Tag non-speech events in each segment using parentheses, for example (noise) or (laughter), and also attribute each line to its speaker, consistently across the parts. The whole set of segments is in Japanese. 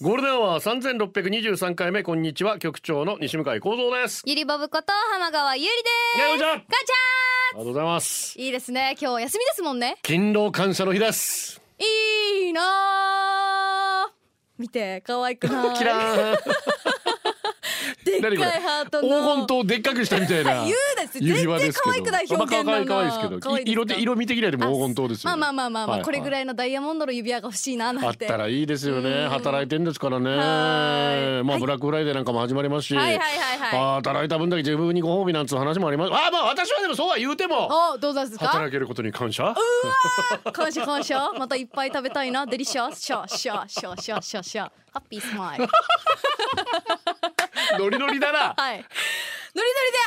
Speaker 1: ゴールデンは三千六百二十三回目こんにちは局長の西向井光三です。
Speaker 2: ゆりぼぶこと浜川ゆり
Speaker 1: いやこん
Speaker 2: で
Speaker 1: にち
Speaker 2: す。
Speaker 1: はあり
Speaker 2: ガチ
Speaker 1: がとうございます。
Speaker 2: ャー。いいですね。今日休みですもんね。
Speaker 1: 勤労感謝の日です。
Speaker 2: いいなー。見て可愛くな
Speaker 1: (laughs)
Speaker 2: い。
Speaker 1: キラーン。
Speaker 2: でっ
Speaker 1: 何こ
Speaker 2: かい
Speaker 1: れ
Speaker 2: ハートの。
Speaker 1: 黄金塔でっかくしたみたいな
Speaker 2: (laughs) 言うです。全然可愛くない表現だ
Speaker 1: まあ可
Speaker 2: な。
Speaker 1: 愛い可愛いですけど
Speaker 2: 可愛いです
Speaker 1: 色
Speaker 2: か
Speaker 1: で色味的にはでも黄金塔ですよ
Speaker 2: ま
Speaker 1: ね、
Speaker 2: あまあまあまあまあ、これぐら
Speaker 1: い
Speaker 2: いのダイヤモンドの指輪が欲しいな
Speaker 1: あ
Speaker 2: な
Speaker 1: っ
Speaker 2: んて。
Speaker 1: たらいいですよね働いてんですから
Speaker 2: は
Speaker 1: ね
Speaker 2: い
Speaker 1: ま
Speaker 2: は
Speaker 1: あ
Speaker 2: い
Speaker 1: ブラックフライデーなんかも始まりますし、
Speaker 2: はいはいはいはい
Speaker 1: あー働いた分だけ自分にご褒美なんつう話もありますあーまあ私はでもそうは言うても
Speaker 2: おどうなんですか
Speaker 1: 働けることに感謝
Speaker 2: 感謝感謝またいっぱい食べたいなデリシャスシャーシャーシャーシャーシャーシャーハッピースマイル
Speaker 1: ノリノリだな
Speaker 2: はい。ノリノリで、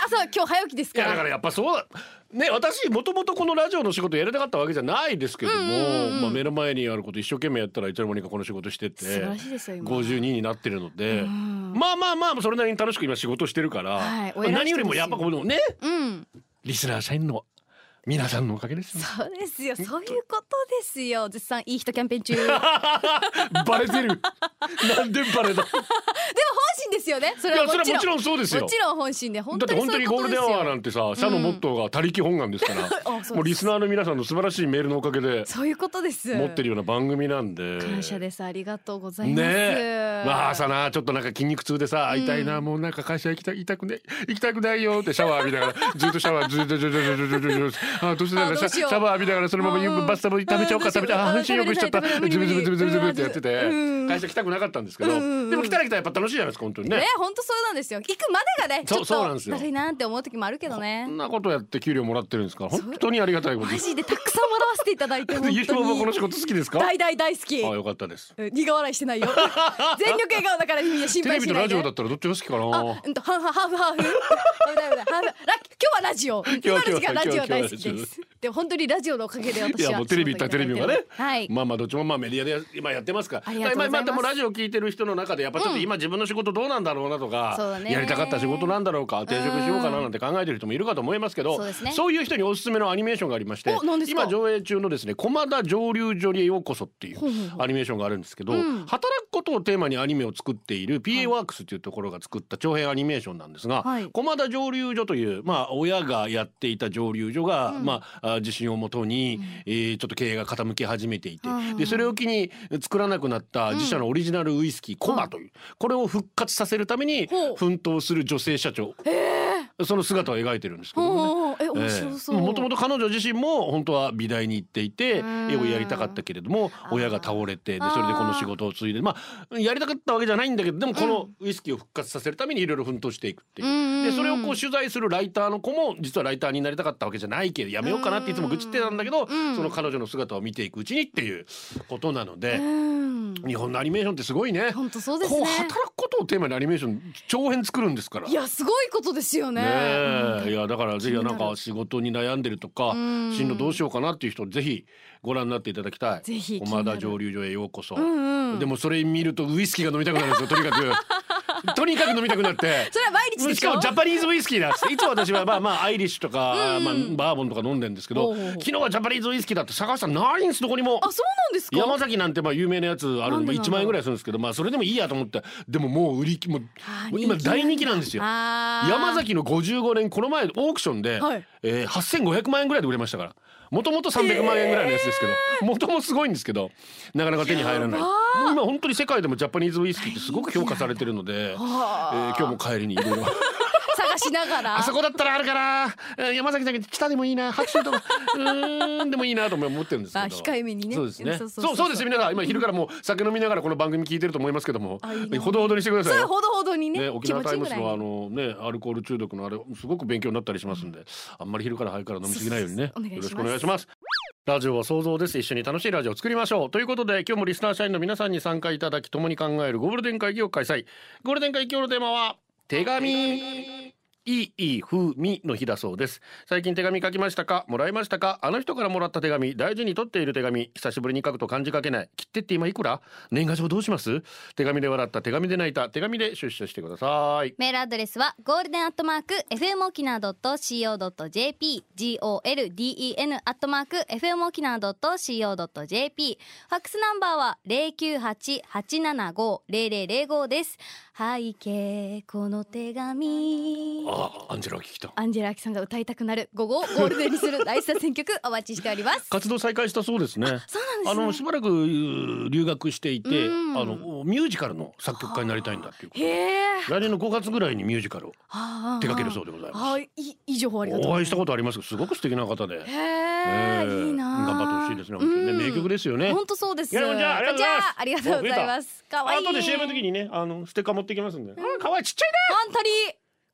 Speaker 2: あ、そう、今日早起きです
Speaker 1: い
Speaker 2: か
Speaker 1: や
Speaker 2: ら。
Speaker 1: だからやっぱそうだね私もともとこのラジオの仕事やりたかったわけじゃないですけども、まあ、目の前にあること一生懸命やったらいつの間にかこの仕事してて
Speaker 2: 素晴らしいですよ今
Speaker 1: 52になってるので、まあまあまあそれなりに楽しく今仕事してるから、
Speaker 2: はいお偉い人ですよ
Speaker 1: 何よりもやっぱこのね
Speaker 2: うん。
Speaker 1: リスナー社員の皆さんのおかげですよ
Speaker 2: (laughs) そうですよ。そういうことですよ。絶賛いい人キャンペーン
Speaker 1: (laughs)
Speaker 2: 中。でも
Speaker 1: バレて
Speaker 2: (laughs)
Speaker 1: るなんでバレた
Speaker 2: 本心ですよね。それはい
Speaker 1: やそれ
Speaker 2: も
Speaker 1: は
Speaker 2: ちろん。
Speaker 1: もちろんそうですよ
Speaker 2: もちろん本心で、本
Speaker 1: だっ
Speaker 2: 当
Speaker 1: て本当
Speaker 2: にそうい
Speaker 1: に
Speaker 2: う
Speaker 1: ゴ
Speaker 2: こ
Speaker 1: ー
Speaker 2: と
Speaker 1: ル
Speaker 2: で
Speaker 1: デ
Speaker 2: す
Speaker 1: ンアワーな
Speaker 2: よ。
Speaker 1: んてさ、社のモットーが他力本願ですから
Speaker 2: (laughs) そうです
Speaker 1: もうリスナーの皆さんの素晴らしいメールのおかげで
Speaker 2: そういうことです。
Speaker 1: 持ってるような番組なんで
Speaker 2: 感謝です。ありがとうございます。
Speaker 1: ねえまあさなちょっとなんか筋肉痛でさ会いたいな、もうなんか会社行きたい行きたくね行きたくないよってシャワー浴びながらずっとシャワーずっとずっとずっとずっとずっとあどうしてだから
Speaker 2: あ
Speaker 1: シャ
Speaker 2: どうし
Speaker 1: シ
Speaker 2: よう
Speaker 1: ャワー浴びながらそのままゆ
Speaker 2: うん
Speaker 1: バスタブに食べちゃおうか
Speaker 2: うん
Speaker 1: 食べちゃおうあ
Speaker 2: うん
Speaker 1: 半身浴しちゃった
Speaker 2: 食べれない
Speaker 1: ズブズブズブズブズブってやって
Speaker 2: う
Speaker 1: て
Speaker 2: ん
Speaker 1: 会社来たくなかったんですけど
Speaker 2: ん
Speaker 1: でも来たら来たらやっぱ楽しいじゃないですか本当にね
Speaker 2: ね。本当そうなんですよ。行くまでがね、ち
Speaker 1: そう
Speaker 2: ょっ
Speaker 1: そうなんです
Speaker 2: と
Speaker 1: よ
Speaker 2: だるいなって思う時もあるけど
Speaker 1: こ
Speaker 2: ね
Speaker 1: ん。なことやって給料もらってるんですから本当にありがたいこと
Speaker 2: マ
Speaker 1: です。
Speaker 2: ジでたくさん笑わせていただ
Speaker 1: (laughs)
Speaker 2: いて本当に。
Speaker 1: ゆきももこの仕事好きですか？
Speaker 2: 大大大好き。
Speaker 1: あよかったです。
Speaker 2: うん苦笑いしてない
Speaker 1: (laughs)
Speaker 2: よ。全力笑顔だからいいや心
Speaker 1: テレ
Speaker 2: 配
Speaker 1: ビ
Speaker 2: し
Speaker 1: と
Speaker 2: な
Speaker 1: ラ
Speaker 2: い
Speaker 1: ジ
Speaker 2: で
Speaker 1: オ。だったらどっちが好きか
Speaker 2: あ
Speaker 1: な、。
Speaker 2: うんと、ハーフハーフハ
Speaker 1: (laughs)
Speaker 2: ーフ。危ない危ないハーフ。ラッ今日はラジオ。
Speaker 1: 今
Speaker 2: 今
Speaker 1: 日
Speaker 2: の時間
Speaker 1: 今
Speaker 2: ラ
Speaker 1: 日
Speaker 2: ジオ大
Speaker 1: 今
Speaker 2: 好
Speaker 1: 日
Speaker 2: き
Speaker 1: 今
Speaker 2: で
Speaker 1: 日
Speaker 2: す。で、本当にラジオのおかげで
Speaker 1: い
Speaker 2: 私は。
Speaker 1: やもうテレビ行ったらテレビがね、
Speaker 2: はい。
Speaker 1: まあまあどっちもまあメディアで今やってますから
Speaker 2: ありがとうございま
Speaker 1: だから今今
Speaker 2: す
Speaker 1: でもラジオ聞いてる人の中でやっぱちょっと今自分の仕事どうなんだろうなとか、
Speaker 2: そうだね
Speaker 1: やりたかった仕事なんだろうか転職しようかななんて考えてる人もいるかと思いますけど
Speaker 2: そうですね
Speaker 1: ういう人におすすめのアニメーションがありまして
Speaker 2: お何ですか
Speaker 1: 今上映中のですね「駒田上流女理へようこそ」っていう
Speaker 2: ほうほうほう
Speaker 1: アニメーションがあるんですけど、
Speaker 2: うん
Speaker 1: 働くことをテーマにアニメを作っている PA ワークスというところが作った長編アニメーションなんですが、
Speaker 2: はい
Speaker 1: 駒田蒸留所という、まあ、親がやっていた蒸留所が、まあ、あ地震をもとに、えーちょっと経営が傾き始めていて、
Speaker 2: うん
Speaker 1: でそれを機に作らなくなった自社のオリジナルウイスキー、コマというこれを復活させるために
Speaker 2: ほう
Speaker 1: 奮闘する女性社長、その姿を描いてるんですけどもね。
Speaker 2: おーえ、面白そう。
Speaker 1: もともと彼女自身も本当は美大に行っていて
Speaker 2: うん
Speaker 1: 絵をやりたかったけれども親が倒れてで
Speaker 2: あー
Speaker 1: それでこの仕事を継いでまあやりたかったわけじゃないんだけどでもこのウイスキーを復活させるためにいろいろ奮闘していくっていううん
Speaker 2: うんうん
Speaker 1: でそれをこう取材するライターの子も実はライターになりたかったわけじゃないけどやめようかなっていつも愚痴ってたんだけど
Speaker 2: ん
Speaker 1: その彼女の姿を見ていくうちにっていうことなので
Speaker 2: うん。
Speaker 1: 日本のアニメーションってすごいね。
Speaker 2: 本当そうです
Speaker 1: こう
Speaker 2: ね。
Speaker 1: 働くことをテーマにアニメーション長編作るんですから
Speaker 2: い。や、すごいことですよね。
Speaker 1: ね
Speaker 2: う
Speaker 1: え、
Speaker 2: ん
Speaker 1: いやだからぜひ
Speaker 2: 気にな
Speaker 1: なんか
Speaker 2: る
Speaker 1: 仕事に悩んでるとか
Speaker 2: うん
Speaker 1: 進路どうしようかなっていう人ぜひご覧になっていただきたい
Speaker 2: ぜひ気にな
Speaker 1: 駒
Speaker 2: る
Speaker 1: 田蒸留所へようこそ、
Speaker 2: んうん
Speaker 1: でもそれ見るとウイスキーが飲みたくなるんですよとにかく (laughs) とにかく飲みたくなって
Speaker 2: それは毎日で
Speaker 1: し
Speaker 2: し
Speaker 1: か
Speaker 2: ょ
Speaker 1: もジャパニーズウイスキーだっつっていつも私はまあまあアイリッシュと
Speaker 2: (laughs)
Speaker 1: か、まあ、バーボンとか飲んでんですけ
Speaker 2: ほ
Speaker 1: ど
Speaker 2: うほうほう
Speaker 1: 昨日はジャパニーズウイスキーだって探したらないんですどこにも
Speaker 2: あ、そうなんですか
Speaker 1: 山崎なんてまあ有名なやつある
Speaker 2: なんん
Speaker 1: で
Speaker 2: でなんだろう
Speaker 1: 1万円ぐらいするんですけどまあそれでもいいやと思ってでももう売り切もう
Speaker 2: あー
Speaker 1: もう今大人気なんですよ。
Speaker 2: あー
Speaker 1: 山崎の55年この前オークションで、
Speaker 2: はい
Speaker 1: えー、8500万円ぐらいで売れましたからもともと300万円ぐらいのやつですけどもともすごいんですけどなかなか手に入らないもう今本当に世界でもジャパニーズウイスキーってすごく評価されてるので、えー今日も帰りにいろいろ
Speaker 2: 探しながら。
Speaker 1: あそこだったらあるかなうん山崎だけど北でもいいな白州と
Speaker 2: (laughs)
Speaker 1: かうーんでもいいなと思ってるんですけど
Speaker 2: あ控えめにね
Speaker 1: そうですねそ
Speaker 2: そうう
Speaker 1: そ
Speaker 2: そううそうそう
Speaker 1: ですよ皆さん今昼からもう酒飲みながらこの番組聞いてると思いますけども
Speaker 2: あいいな
Speaker 1: ほどほどにしてください
Speaker 2: そ
Speaker 1: よ
Speaker 2: うほどほどにね
Speaker 1: ね、沖縄タイムス
Speaker 2: 気持ちいいぐら
Speaker 1: の
Speaker 2: い
Speaker 1: あのねアルコール中毒のあれすごく勉強になったりしますんで、あんまり昼から早いから飲みすぎないようにね
Speaker 2: そうそうそう
Speaker 1: よろしくお
Speaker 2: お
Speaker 1: 願
Speaker 2: 願
Speaker 1: い
Speaker 2: い
Speaker 1: し
Speaker 2: し
Speaker 1: ま
Speaker 2: ます
Speaker 1: ラジオは想像です一緒に楽しいラジオを作りましょうということで今日もリスナー社員の皆さんに参加いただき共に考えるゴールデン会議を開催ゴールデン会議今日のテーマは手紙いいいい風味の日だそうです最近手紙書きましたかもらいましたかあの人からもらった手紙大事に取っている手紙久しぶりに書くと漢字書けない切手って今いくら年賀状どうします手紙で笑った手紙で泣いた手紙で出社してください
Speaker 3: メールアドレスはゴールデンアットマーク FM 沖縄 .co.jp golden アットマーク FM 沖縄 .co.jp ファックスナンバーは098-875-0005です背景この手紙
Speaker 1: ああアンジェラが聞きた
Speaker 2: アンジェラアキさんが歌いたくなる午後をゴールデンにする大事な選曲お待ちしております
Speaker 1: 活動再開したそうですね
Speaker 2: そう
Speaker 1: あ
Speaker 2: なん
Speaker 1: の
Speaker 2: です
Speaker 1: し
Speaker 2: ね
Speaker 1: ばらく留学していて、
Speaker 2: うん
Speaker 1: あのミュージカルの作曲家になりたいんだっていうこと
Speaker 2: へえ
Speaker 1: 来年の5月ぐらいにミュージカルを手掛けるそう
Speaker 2: う
Speaker 1: でございま
Speaker 2: あーいいいい情報あり
Speaker 1: す
Speaker 2: がとう
Speaker 1: お会いしたことありますけどすごく素敵な方で、
Speaker 2: へ
Speaker 1: え
Speaker 2: え
Speaker 1: ー
Speaker 2: いいな
Speaker 1: 頑張ってほしいですね本当にね、
Speaker 2: うん
Speaker 1: 名曲ですよね
Speaker 2: 本当そうです
Speaker 1: いやでもじゃあありがとうございます
Speaker 2: じゃあありがとうございます可愛い
Speaker 1: 後で CM の時にねあのステッカー持ってきますんで、あー可愛いちっちゃいね
Speaker 2: 本当に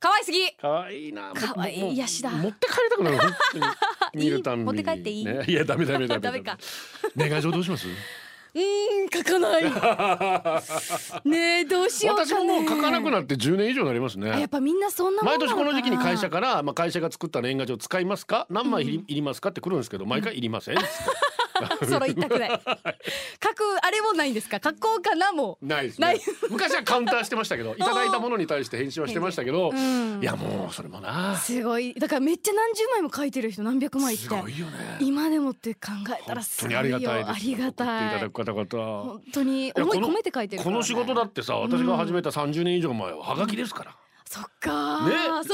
Speaker 2: 可愛すぎ
Speaker 1: 可愛いなもう
Speaker 2: 可愛い
Speaker 1: もう
Speaker 2: 癒しだ
Speaker 1: 持って帰りたくなる本
Speaker 2: (laughs)
Speaker 1: 当に見るたんびに、ね、
Speaker 2: 持って帰ってい
Speaker 1: い
Speaker 2: い
Speaker 1: やダメダメダメ
Speaker 2: ダメか
Speaker 1: 年賀状どうし
Speaker 2: (laughs)
Speaker 1: ます
Speaker 2: うーん書かない
Speaker 1: (laughs)
Speaker 2: ねえどうしようかね
Speaker 1: 私ももう書かなくなって10年以上になりますね
Speaker 2: あやっぱみんなそんなもん
Speaker 1: 毎
Speaker 2: な
Speaker 1: 年
Speaker 2: のか
Speaker 1: こ
Speaker 2: な
Speaker 1: の時期に会社から、まあ、会社が作った年賀状使いますか何枚いり,、ますかって来るんですけど毎回いりま
Speaker 2: (laughs)
Speaker 1: せん、
Speaker 2: その一
Speaker 1: (laughs)
Speaker 2: 択で書くあれもないんですか書こうかなも
Speaker 1: ないです
Speaker 2: な
Speaker 1: ね
Speaker 2: い
Speaker 1: 昔はカウンターしてましたけどいただいたものに対して返信はしてましたけど、
Speaker 2: ん
Speaker 1: (laughs) いやもうそれもな
Speaker 2: すごいだからめっちゃ何十枚も書いてる人何百枚って
Speaker 1: すごいよね
Speaker 2: 今でもって考えた
Speaker 1: 本
Speaker 2: らす
Speaker 1: 当
Speaker 2: ごい
Speaker 1: にあ
Speaker 2: よ
Speaker 1: りがたいです
Speaker 2: ありがたい
Speaker 1: 送っていただく方々
Speaker 2: 本当に
Speaker 1: いや
Speaker 2: 思い
Speaker 1: この
Speaker 2: 込めて書いてる
Speaker 1: こ
Speaker 2: からね
Speaker 1: の仕事だってさ私が始めた30年以上前ははがきですから、
Speaker 2: そっか
Speaker 1: ね
Speaker 2: そっか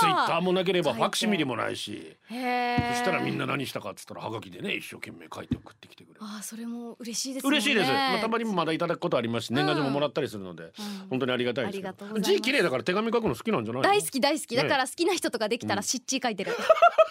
Speaker 1: ツイッターもなければ
Speaker 2: 書い
Speaker 1: フ
Speaker 2: て
Speaker 1: ァクシミリもないし、
Speaker 2: へえ
Speaker 1: そしたらみんな何したかっつったらはがきでね一生懸命書いて送ってきてくれる
Speaker 2: あーそれも嬉しいですもんね
Speaker 1: 嬉しいです、まあ、たまにもまだいただくことありますし年賀状ももらったりするので、本当にありがたいですけど
Speaker 2: ありがとうございます
Speaker 1: 字綺麗だから手紙書くの好きなんじゃないの
Speaker 2: 大好き大好き
Speaker 1: ね
Speaker 2: だから好きな人とかできたらしっちー書いてる、 (laughs)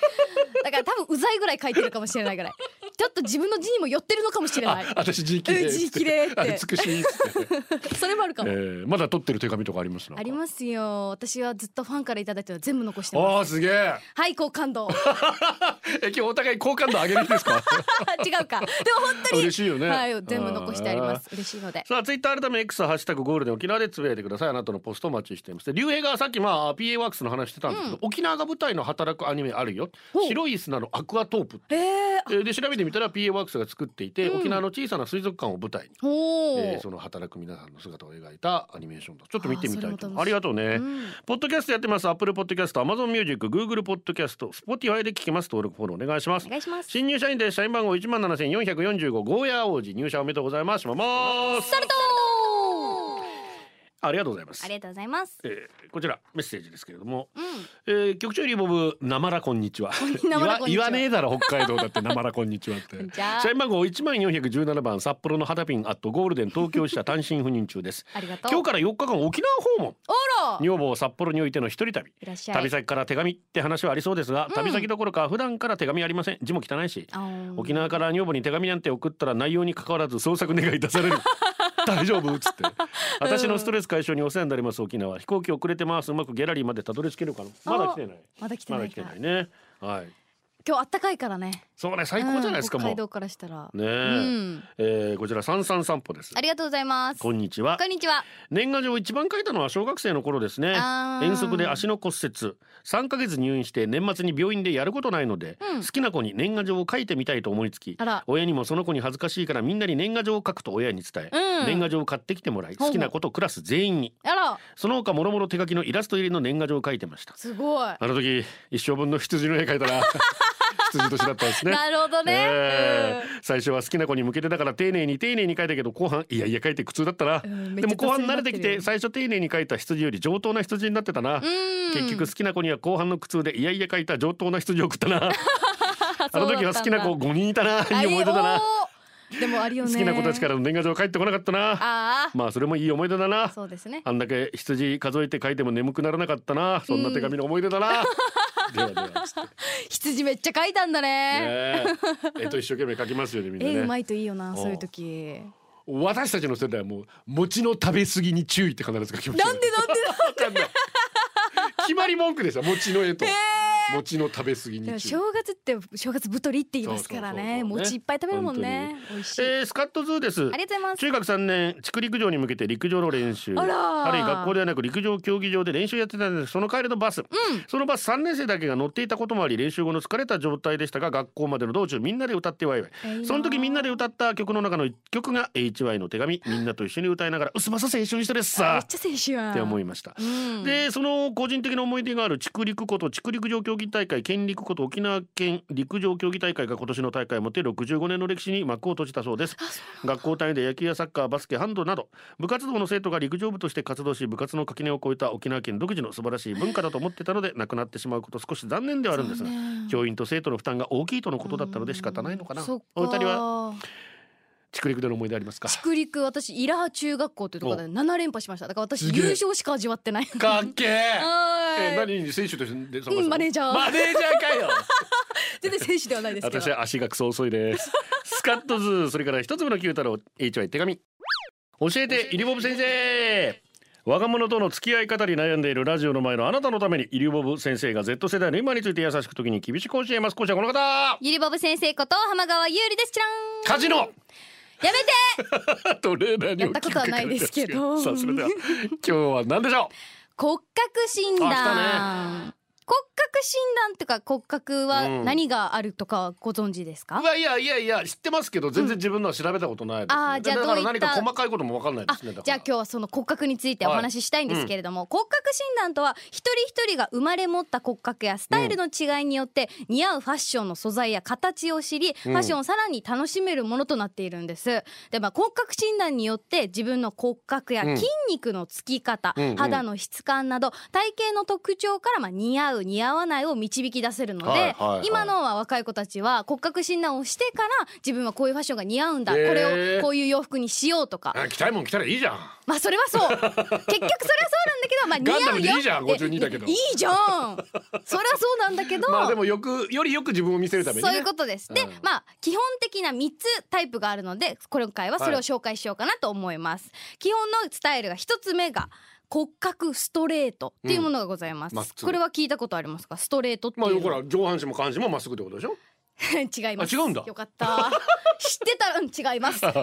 Speaker 2: だから多分うざいぐらい書いてるかもしれないぐらいちょっと自分の字にも寄ってるのかもしれな
Speaker 1: (laughs)
Speaker 2: い
Speaker 1: あ私字綺麗っつ
Speaker 2: (laughs) うん字綺麗って
Speaker 1: あ美しいっつ
Speaker 2: (laughs)
Speaker 1: って、
Speaker 2: それもあるか
Speaker 1: え
Speaker 2: も、
Speaker 1: ーまだ取ってる手紙とかあります
Speaker 2: あり
Speaker 1: す
Speaker 2: ますよ私はずっとファンからいただいたの全部残してます
Speaker 1: あーすげえ
Speaker 2: はい好
Speaker 1: (laughs)
Speaker 2: 感度違
Speaker 1: え今日お互い好感度上げる気です
Speaker 2: (laughs)
Speaker 1: か
Speaker 2: うかでも本当に
Speaker 1: 嬉しいよね
Speaker 2: はい全部残してあります嬉しいので
Speaker 1: さあツイッター改め X ハッシュタグゴールデン沖縄でつぶやいてくださいあなたのポストお待ちしていますで竜兵がさっきまあ PA ワークスの話してたんですけど、沖縄が舞台の働くアニメあるよ
Speaker 2: ほう
Speaker 1: 白い砂のアクアトープ
Speaker 2: えー、
Speaker 1: えーで調べてみたら PA ワークスが作っていて、沖縄の小さな水族館を舞台に、
Speaker 2: おお、
Speaker 1: えーその働く皆さんの姿を描いたアニメーションだちょっと見てみたい
Speaker 2: あーそ
Speaker 1: と
Speaker 2: れも楽し
Speaker 1: 思
Speaker 2: み
Speaker 1: うありがとうね、
Speaker 2: ん
Speaker 1: ポッドキャストやってますアップルポッドキャストアマゾンミュージックグーグルポッドキャストスポティファイで聞けます登録フォローお願いします
Speaker 3: お願いします
Speaker 1: 新入社員で社員番号一万七千四百四十五ゴーヤー王子入社おめでとうございますしますありがとうございます
Speaker 3: ありがとうございます
Speaker 1: えーこちらメッセージですけれども、
Speaker 3: う
Speaker 1: えー局長リボブなまらこんにちは
Speaker 2: (laughs) なまらこんにち
Speaker 1: 言
Speaker 2: は
Speaker 1: わ言わねえだろ北海道だってなまらこんにちはって
Speaker 2: (laughs)
Speaker 3: じゃあ
Speaker 1: 社員番号一万四百十七番札幌の肌ピンアットゴールデン東京支社単身赴任中です
Speaker 3: ありがとう
Speaker 1: 今日から4日間沖縄訪問
Speaker 2: あら
Speaker 1: 女房札幌においての一人旅
Speaker 3: いらっしゃい
Speaker 1: 旅先から手紙って話はありそうですが、旅先どころか普段から手紙ありません字も汚いし
Speaker 2: あー
Speaker 1: 沖縄から女房に手紙なんて送ったら内容に関わらず捜索願い出される大丈夫っつって私のストレス解消にお世話になります沖縄飛行機遅れてますうまくギャラリーまでたどり着けるかなまだ来てない
Speaker 2: まだ来て
Speaker 1: ま
Speaker 2: な
Speaker 1: だ
Speaker 2: い
Speaker 1: 来
Speaker 2: か
Speaker 1: てないねはい
Speaker 2: 今日あったかいからね
Speaker 1: そうね最高じゃないですか、
Speaker 2: うん
Speaker 1: もう
Speaker 2: 北海道からしたら
Speaker 1: ねえ、
Speaker 2: うん
Speaker 1: えーこちら三三散歩です
Speaker 3: ありがとうございます
Speaker 1: こんにちは
Speaker 3: こんにちは
Speaker 1: 年賀状を一番書いたのは小学生の頃ですね
Speaker 3: あー
Speaker 1: 遠足で足の骨折3ヶ月入院して年末に病院でやることないので、好きな子に年賀状を書いてみたいと思いつき
Speaker 2: あら
Speaker 1: 親にもその子に恥ずかしいからみんなに年賀状を書くと親に伝え、
Speaker 2: うん
Speaker 1: 年賀状を買ってきてもらい
Speaker 2: ほうほう
Speaker 1: 好きな子とクラス全員に
Speaker 2: あら
Speaker 1: その他もろもろ手書きのイラスト入りの年賀状を書いてました
Speaker 2: すごい
Speaker 1: あの時一生分の羊の絵描いたら (laughs) 羊年だったんですね
Speaker 2: (laughs) (laughs) なるほどね、
Speaker 1: えー最初は好きな子に向けてだから丁寧に丁寧に書いたけど後半いやいや書いて苦痛だったな、
Speaker 2: うん
Speaker 1: で
Speaker 2: めっちゃ
Speaker 1: も後半
Speaker 2: 雑にな
Speaker 1: 慣れ
Speaker 2: って
Speaker 1: て
Speaker 2: るよ
Speaker 1: きて最初丁寧に書いた羊より上等な羊になってたな結局好きな子には後半の苦痛でいやいや書いた上等な羊を送った
Speaker 2: (laughs)
Speaker 1: なあの時は好きな子5人いたないい思い出だな
Speaker 2: あおーでもあるよ
Speaker 1: 好
Speaker 2: ね
Speaker 1: きな子たちからの年賀状帰ってこなかったな
Speaker 2: ああ
Speaker 1: まあそれもいい思い出だな
Speaker 2: そうですね
Speaker 1: あんだけ羊数えて書いても眠くならなかったなそんな手紙の思い出だな、ではではつって
Speaker 2: (laughs)
Speaker 1: ね
Speaker 2: 羊めっちゃ書いたんだね
Speaker 1: ええっと一生懸命書きますよねみんなね
Speaker 2: 絵うまいといいよなそういう時
Speaker 1: 私たちの世代はもう餅の食べ過ぎに注意って必ず書きました
Speaker 2: なんでなんで
Speaker 1: わかんない決まり文句でした餅の絵と、餅の食べ過ぎ
Speaker 2: でも
Speaker 1: に注意
Speaker 2: 正月っ
Speaker 4: って正月太りって言いますからね
Speaker 1: そうそうそうね
Speaker 4: 餅いっぱい食べるもんね美味しい、
Speaker 1: えースカットズーです
Speaker 2: ありがとうございます
Speaker 1: 中学3年地区陸上に向けて陸上の練習
Speaker 4: あらー
Speaker 1: るいは学校ではなく陸上競技場で練習やってたんですその帰りのバス、そのバス3年生だけが乗っていたこともあり練習後の疲れた状態でしたが学校までの道中みんなで歌ってワイワイ
Speaker 4: えーいいな
Speaker 1: その時みんなで歌った曲の中の1曲が HY の手紙みんなと一緒に歌いながら「うすまさ青春一緒です
Speaker 4: めっ
Speaker 1: さ」
Speaker 4: ちゃ選手やん
Speaker 1: って思いました、でその個人的な思い出がある筑陸こと筑陸上競技大会県陸こと沖縄県陸上競技大会が今年の大会をもって65年の歴史に幕を閉じたそうです学校単位で野球やサッカーバスケハンドなど部活動の生徒が陸上部として活動し部活の垣根を越えた沖縄県独自の素晴らしい文化だと思ってたのでなくなってしまうこと少し残念ではあるんですが、教員と生徒の負担が大きいとのことだったので仕方ないのかな
Speaker 4: そっか
Speaker 1: お二人は筑陸での思い出ありますか
Speaker 4: 竹陸私イラハ中学校というところで7連覇しましただから私
Speaker 1: すげえ
Speaker 4: 優勝しか味わってない
Speaker 1: かっけー
Speaker 4: はーい
Speaker 1: え何選手として参加したの
Speaker 4: うんマネージャー
Speaker 1: マネージャーかよ
Speaker 4: 全然選手ではないですけど
Speaker 1: 私は足がクソ遅い
Speaker 2: (laughs)
Speaker 1: ですスカットズーそれから一粒の九太郎 HY 手紙教えてイリボブ先生我が物との付き合い方に悩んでいるラジオの前のあなたのためにイリボブ先生が Z 世代の今について優しく時に厳しく教えます講師はこの方
Speaker 2: ゆりぼぶ先生こと浜川優里ですちらん
Speaker 1: カジノ
Speaker 2: やめて
Speaker 1: トレーナーに
Speaker 4: やったことはないですけど
Speaker 1: さあそれでは今日は何でしょ
Speaker 2: 骨格診
Speaker 1: あ
Speaker 2: 断、
Speaker 1: 来た
Speaker 2: 骨格診断とか骨格は何があるとかご存知ですか、
Speaker 1: ううわいやいやいや知ってますけど全然自分のは調べたことないです、ね
Speaker 2: あーじゃあ
Speaker 1: だから
Speaker 2: どうい
Speaker 1: 何
Speaker 2: った
Speaker 1: か細かいことも分かんないで
Speaker 2: あ
Speaker 1: すねだから
Speaker 2: じゃあ今日はその骨格についてお話ししたいんですけれども、骨格診断とは一人一人が生まれ持った骨格やスタイルの違いによって似合うファッションの素材や形を知り、ファッションをさらに楽しめるものとなっているんですで、まあ、骨格診断によって自分の骨格や筋肉のつき方、
Speaker 1: うんうん
Speaker 2: 肌の質感など体型の特徴からまあ似合う似合わないを導き出せるので、
Speaker 1: はいはいはい
Speaker 2: 今のは若い子たちは骨格診断をしてから自分はこういうファッションが似合うん
Speaker 1: へ
Speaker 2: だ、
Speaker 1: ー
Speaker 2: これをこういう洋服にしようとか
Speaker 1: あ着たいもん着たらいいじゃん
Speaker 2: まあそれはそう結局それはそうなんだけどまあ似合う
Speaker 1: ガ
Speaker 2: よ
Speaker 1: ンダムでいいじゃん
Speaker 2: って
Speaker 1: 52だけど
Speaker 2: いいじゃんそれはそうなんだけど、
Speaker 1: まあでもよくよりよく自分を見せるために、ね、
Speaker 2: そういうことです、で
Speaker 1: うん
Speaker 2: まあ基本的な3つタイプがあるので今回はそれを紹介しようかなと思います、基本のスタイルが1つ目が骨格ストレートっていうものがございます、
Speaker 1: うんまっすぐ
Speaker 2: これは聞いたことありますかストレートっていう
Speaker 1: まあ
Speaker 2: のは、
Speaker 1: ほら上半身も下半身もまっすぐってことでしょ。
Speaker 2: (laughs)
Speaker 4: 違います
Speaker 1: あ違うんだ
Speaker 4: よかった
Speaker 1: (laughs)
Speaker 4: 知ってたらうん違います、はい、ちな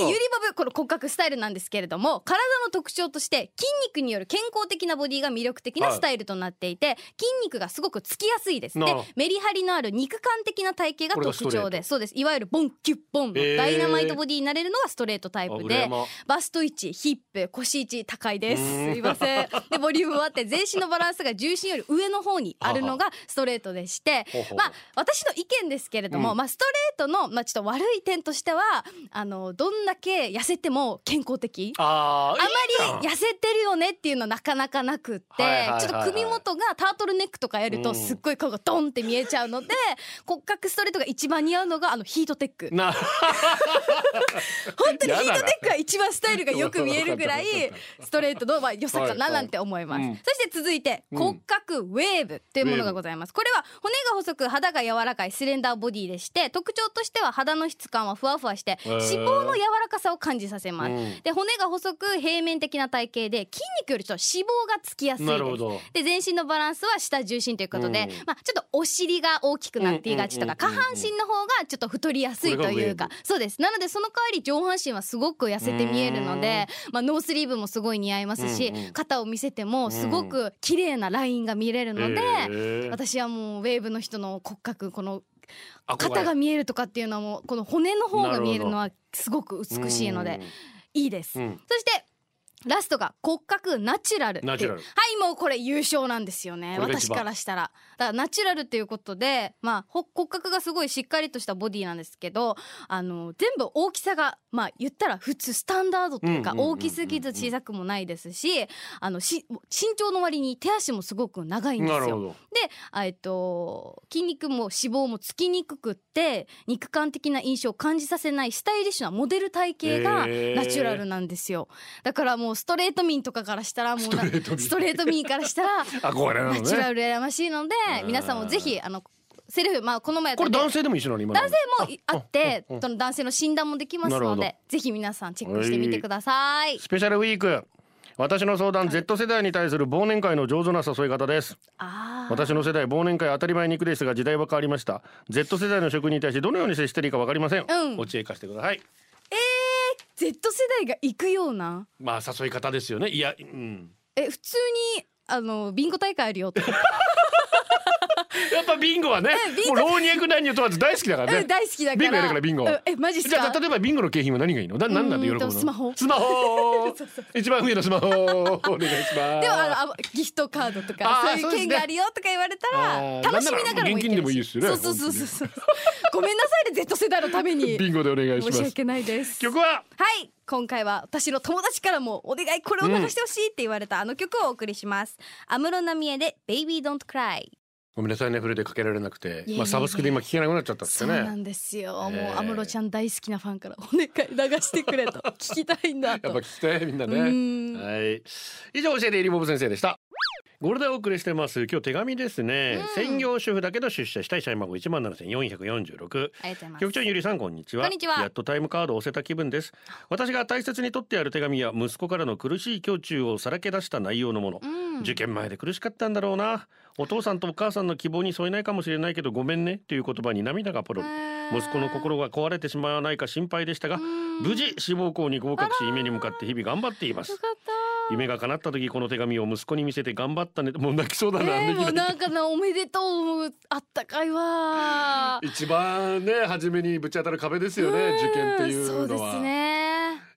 Speaker 4: みにゆりぼぶこの骨格スタイルなんですけれども体の特徴として筋肉による健康的なボディが魅力的なスタイルとなっていて、筋肉がすごくつきやすいです
Speaker 1: な
Speaker 2: で
Speaker 1: あ
Speaker 2: メリハリのある肉感的な体型が特
Speaker 1: これが
Speaker 2: 徴
Speaker 1: ストレ
Speaker 2: でそうですいわゆるボンキュッボンの
Speaker 1: へー
Speaker 2: ダイナマイトボディになれるのがストレートタイプで、
Speaker 1: あ羨ま
Speaker 2: バスト位置ヒップ腰位置高いで
Speaker 1: う
Speaker 2: す
Speaker 1: ーん
Speaker 2: すいませんでボリュームもあって全身のバランスが重心より上の方にあるのがストレートでして
Speaker 1: ほうほう
Speaker 2: まあ私の意見ですけれども、
Speaker 1: うん
Speaker 2: まあ、ストレートの、まあ、ちょっと悪い点としてはあのどんだけ痩せても健康的
Speaker 1: あ
Speaker 2: あ
Speaker 1: あ
Speaker 2: まり痩せてるよねっていうのはなかなかなくって、
Speaker 1: はいはいはいはい
Speaker 2: ちょっと首元がタートルネックとかやる
Speaker 1: う
Speaker 2: と
Speaker 1: ん
Speaker 2: すっごい顔がドンって見えちゃうので、骨格ストレートが一番似合うのがあのヒートテック。
Speaker 1: な
Speaker 2: 本当にヒー
Speaker 1: やだ
Speaker 2: ト
Speaker 1: な
Speaker 2: テックが一番スタイルがよく見えるぐら
Speaker 1: わ
Speaker 2: い
Speaker 1: かったわかっ
Speaker 2: ストレートのまあ良さか
Speaker 1: はいは
Speaker 2: ないなんて思います、
Speaker 1: うん
Speaker 2: そして続いて
Speaker 1: うん
Speaker 2: 骨格ウェーブというものがございますこれは骨が細く肌が柔らかいスレンダーボディでして特徴としては肌の質感はふわふわして
Speaker 1: へー
Speaker 2: 脂肪の柔らかさを感じさせ (laughs) ます、
Speaker 1: うん
Speaker 2: で骨が細く平面的な体型で筋肉よりちょっと脂肪がつきやすいで
Speaker 1: なるほ
Speaker 2: す
Speaker 1: ど。
Speaker 2: で全身のバランスは下重心ということで、
Speaker 1: うん
Speaker 2: まあ、ちょっとお尻が大きくなっていがちとか、
Speaker 1: うんうんうんうん
Speaker 2: 下半身の方がちょっと太りやすいと
Speaker 1: これ
Speaker 2: いう
Speaker 1: が
Speaker 2: か
Speaker 1: ウェー
Speaker 2: そうですなのでその代わり上半身はすごく痩せて見えるので、まあ、ノースリーブもすごい似合いますし、
Speaker 1: うんうん
Speaker 2: 肩を見せてもすごく綺麗なラインが見れるので、
Speaker 1: へー
Speaker 2: 私はもうウェーブの人の骨格この
Speaker 1: 憧れ
Speaker 2: 肩が見えるとかっていうのはもうこの骨の方が見えるのはすごく美しいのでいいです。
Speaker 1: うんうん
Speaker 2: そしてラストが骨格ナチュラルっていう
Speaker 1: ナチュラル
Speaker 2: はいもうこれ優勝なんですよね
Speaker 1: これが一
Speaker 2: 私
Speaker 1: 番
Speaker 2: からしたらだからナチュラルっていうことでまあほ骨格がすごいしっかりとしたボディなんですけどあの全部大きさがまあ言ったら普通スタンダードというか
Speaker 1: うんうんうんうんう
Speaker 2: 大
Speaker 1: ん
Speaker 2: きすぎず小さくもないですしあのし身長の割に手足もすごく長いんです
Speaker 1: なる
Speaker 2: よ
Speaker 1: ほ。ど。
Speaker 2: で、あえっと、筋肉も脂肪もつきにくくって肉感的な印象を感じさせないスタイリッシュなモデル体型が
Speaker 1: へー
Speaker 2: ナチュラルなんですよ、だからもうストレート民とかからしたらもうな
Speaker 1: ストレート民
Speaker 2: ストレート民からし
Speaker 1: (laughs)
Speaker 2: たら
Speaker 1: 憧れなの
Speaker 2: ナチュラ
Speaker 1: ね。
Speaker 2: ル羨ましいので
Speaker 1: うん
Speaker 2: 皆さんもぜひあのセルフまあこの前やった
Speaker 1: これ男
Speaker 2: 男性
Speaker 1: 性でも一緒なの今の。
Speaker 2: 男性もいあってその男性の診断もできます
Speaker 1: なる
Speaker 2: の
Speaker 1: ほど
Speaker 2: でぜひ皆さんチェックしてみてください
Speaker 1: スペシャルウィーク。私の相談 Z 世代に対する忘年会の上手な誘い方です。
Speaker 2: あ
Speaker 1: 私の世代忘年会当たり前肉でしたが時代は変わりました Z 世代の職人に対してどのように接していいかわかりません、
Speaker 2: うん
Speaker 1: お知恵貸してください
Speaker 2: Z 世代が行くような
Speaker 1: まあ誘い方ですよねいやうん
Speaker 2: え普通にあのビンゴ大会あるよって、
Speaker 1: やっぱビンゴはね
Speaker 2: えビン
Speaker 1: もう
Speaker 2: ゴ
Speaker 1: 老若男女問わず大好きだからね、
Speaker 2: うん (laughs) 大好きだから
Speaker 1: ビンゴやるからビンゴ
Speaker 2: うんえマジっす
Speaker 1: じゃ
Speaker 2: か
Speaker 1: あ例えばビンゴの景品は何がいいのななんなんで喜ぶ
Speaker 2: うーん
Speaker 1: の
Speaker 2: とスマホ
Speaker 1: スマホ一番上のスマホお願いします
Speaker 2: でもあのあギフトカードと
Speaker 1: あ
Speaker 2: か
Speaker 1: ー
Speaker 2: そういう券があるよとか言われたら
Speaker 1: あー
Speaker 2: 楽しみながらも行ける
Speaker 1: なんな
Speaker 2: し
Speaker 1: ら現金でもいいですよね
Speaker 2: そうそうそうそうごめんなさいね Z 世代のた
Speaker 1: (laughs)
Speaker 2: めに
Speaker 1: ビンゴでお願いしま
Speaker 2: 申し
Speaker 1: す
Speaker 2: 訳ないです
Speaker 1: 曲は
Speaker 2: はい今回は私の友達からもお願いこれを流してほしいって言われたあの曲をお送りします安室奈美恵で Baby Don't Cry
Speaker 1: ごめんなさいねフルでかけられなくて
Speaker 2: いえいえ
Speaker 1: まあサブスクで今聞けなくなっちゃったっす
Speaker 2: そ
Speaker 1: よ
Speaker 2: うな
Speaker 1: ね
Speaker 2: んですよ
Speaker 1: え
Speaker 2: も
Speaker 1: ー
Speaker 2: う安室ちゃん大好きなファンからお願い流してく
Speaker 1: (laughs)
Speaker 2: れと聞きたいんだ
Speaker 1: やっぱ
Speaker 2: と
Speaker 1: 聞きたいみんな
Speaker 2: う
Speaker 1: ね
Speaker 2: ん
Speaker 1: はい以上教えてリボブ先生でしたゴールデンお送りしてます今日手紙ですね、専業主婦だけど出社したい社員番号17,446
Speaker 2: ありがとうございま
Speaker 1: 局長ゆりさんこんにちは
Speaker 2: こんにちは
Speaker 1: やっとタイムカードを押せた気分です私が大切に取ってある手紙や息子からの苦しい胸中をさらけ出した内容のもの、
Speaker 2: ん
Speaker 1: 受験前で苦しかったんだろうなお父さんとお母さんの希望に添えないかもしれないけどごめんねという言葉に涙がポロリ息子の心が壊れてしまわないか心配でしたが無事志望校に合格し夢に向かって日々頑張っています夢が叶った時この手紙を息子に見せて頑張ったねともう泣きそうだな、
Speaker 2: え
Speaker 1: で
Speaker 2: ー、
Speaker 1: き
Speaker 2: も
Speaker 1: な
Speaker 2: う
Speaker 1: い
Speaker 2: なんかなおめでとうあったかいわ
Speaker 1: 一番ね初めにぶち当たる壁ですよね受験ってい
Speaker 2: そう
Speaker 1: う
Speaker 2: で
Speaker 1: のは
Speaker 2: すね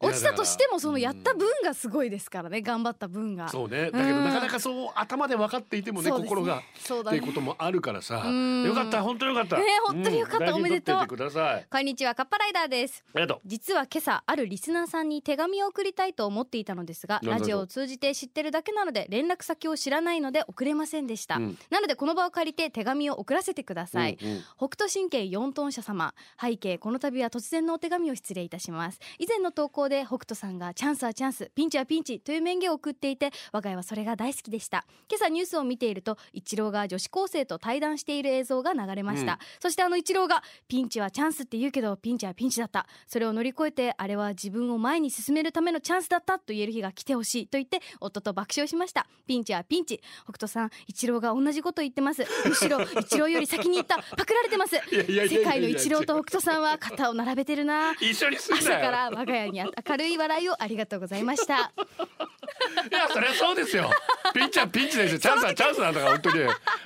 Speaker 1: いや
Speaker 2: 落ちたとしてもそのやった分がすごいですからね頑張った分が
Speaker 1: そうねだけど
Speaker 2: うん
Speaker 1: なかなかそう頭で分かっていてもね
Speaker 2: そうですね
Speaker 1: 心が
Speaker 2: そう
Speaker 1: っ
Speaker 2: だ
Speaker 1: てい
Speaker 2: ね
Speaker 1: うこともあるからさ
Speaker 2: ん
Speaker 1: よかった本当よかった
Speaker 2: ね本当によかった
Speaker 1: 大事に
Speaker 2: おめでとう
Speaker 1: 取っててください
Speaker 2: こんにちはカッパライダーです
Speaker 1: ありがとう
Speaker 2: 実は今朝あるリスナーさんに手紙を送りたいと思っていたのですが
Speaker 1: なんだ
Speaker 2: ラ
Speaker 1: ろう
Speaker 2: ジオを通じて知ってるだけなので連絡先を知らないので送れませんでした、
Speaker 1: うん
Speaker 2: なのでこの場を借りて手紙を送らせてください、
Speaker 1: うんうん
Speaker 2: 北斗神経四トン社様背景この度は突然のお手紙を失礼いたします以前の投稿で北斗さんがチャンスはチャンスピンチはピンチという名言を送っていて我が家はそれが大好きでした今朝ニュースを見ていると一郎が女子高生と対談している映像が流れました、そしてあの一郎がピンチはチャンスって言うけどピンチはピンチだったそれを乗り越えてあれは自分を前に進めるためのチャンスだったと言える日が来てほしいと言って夫と爆笑しましたピンチはピンチ北斗さん一郎が同じこと言ってますむしろ一郎より先に行ったパクられてます
Speaker 1: いやいやいやいや
Speaker 2: 世界の一郎と北斗さんは肩を並べてるな
Speaker 1: 一緒にすん
Speaker 2: 朝
Speaker 1: なよ
Speaker 2: から我が家に明るい笑いをありがとうございました
Speaker 1: いやそりゃそうです
Speaker 2: (laughs)
Speaker 1: よピンチはピンチですよチャンスはチャンスなんだから本当に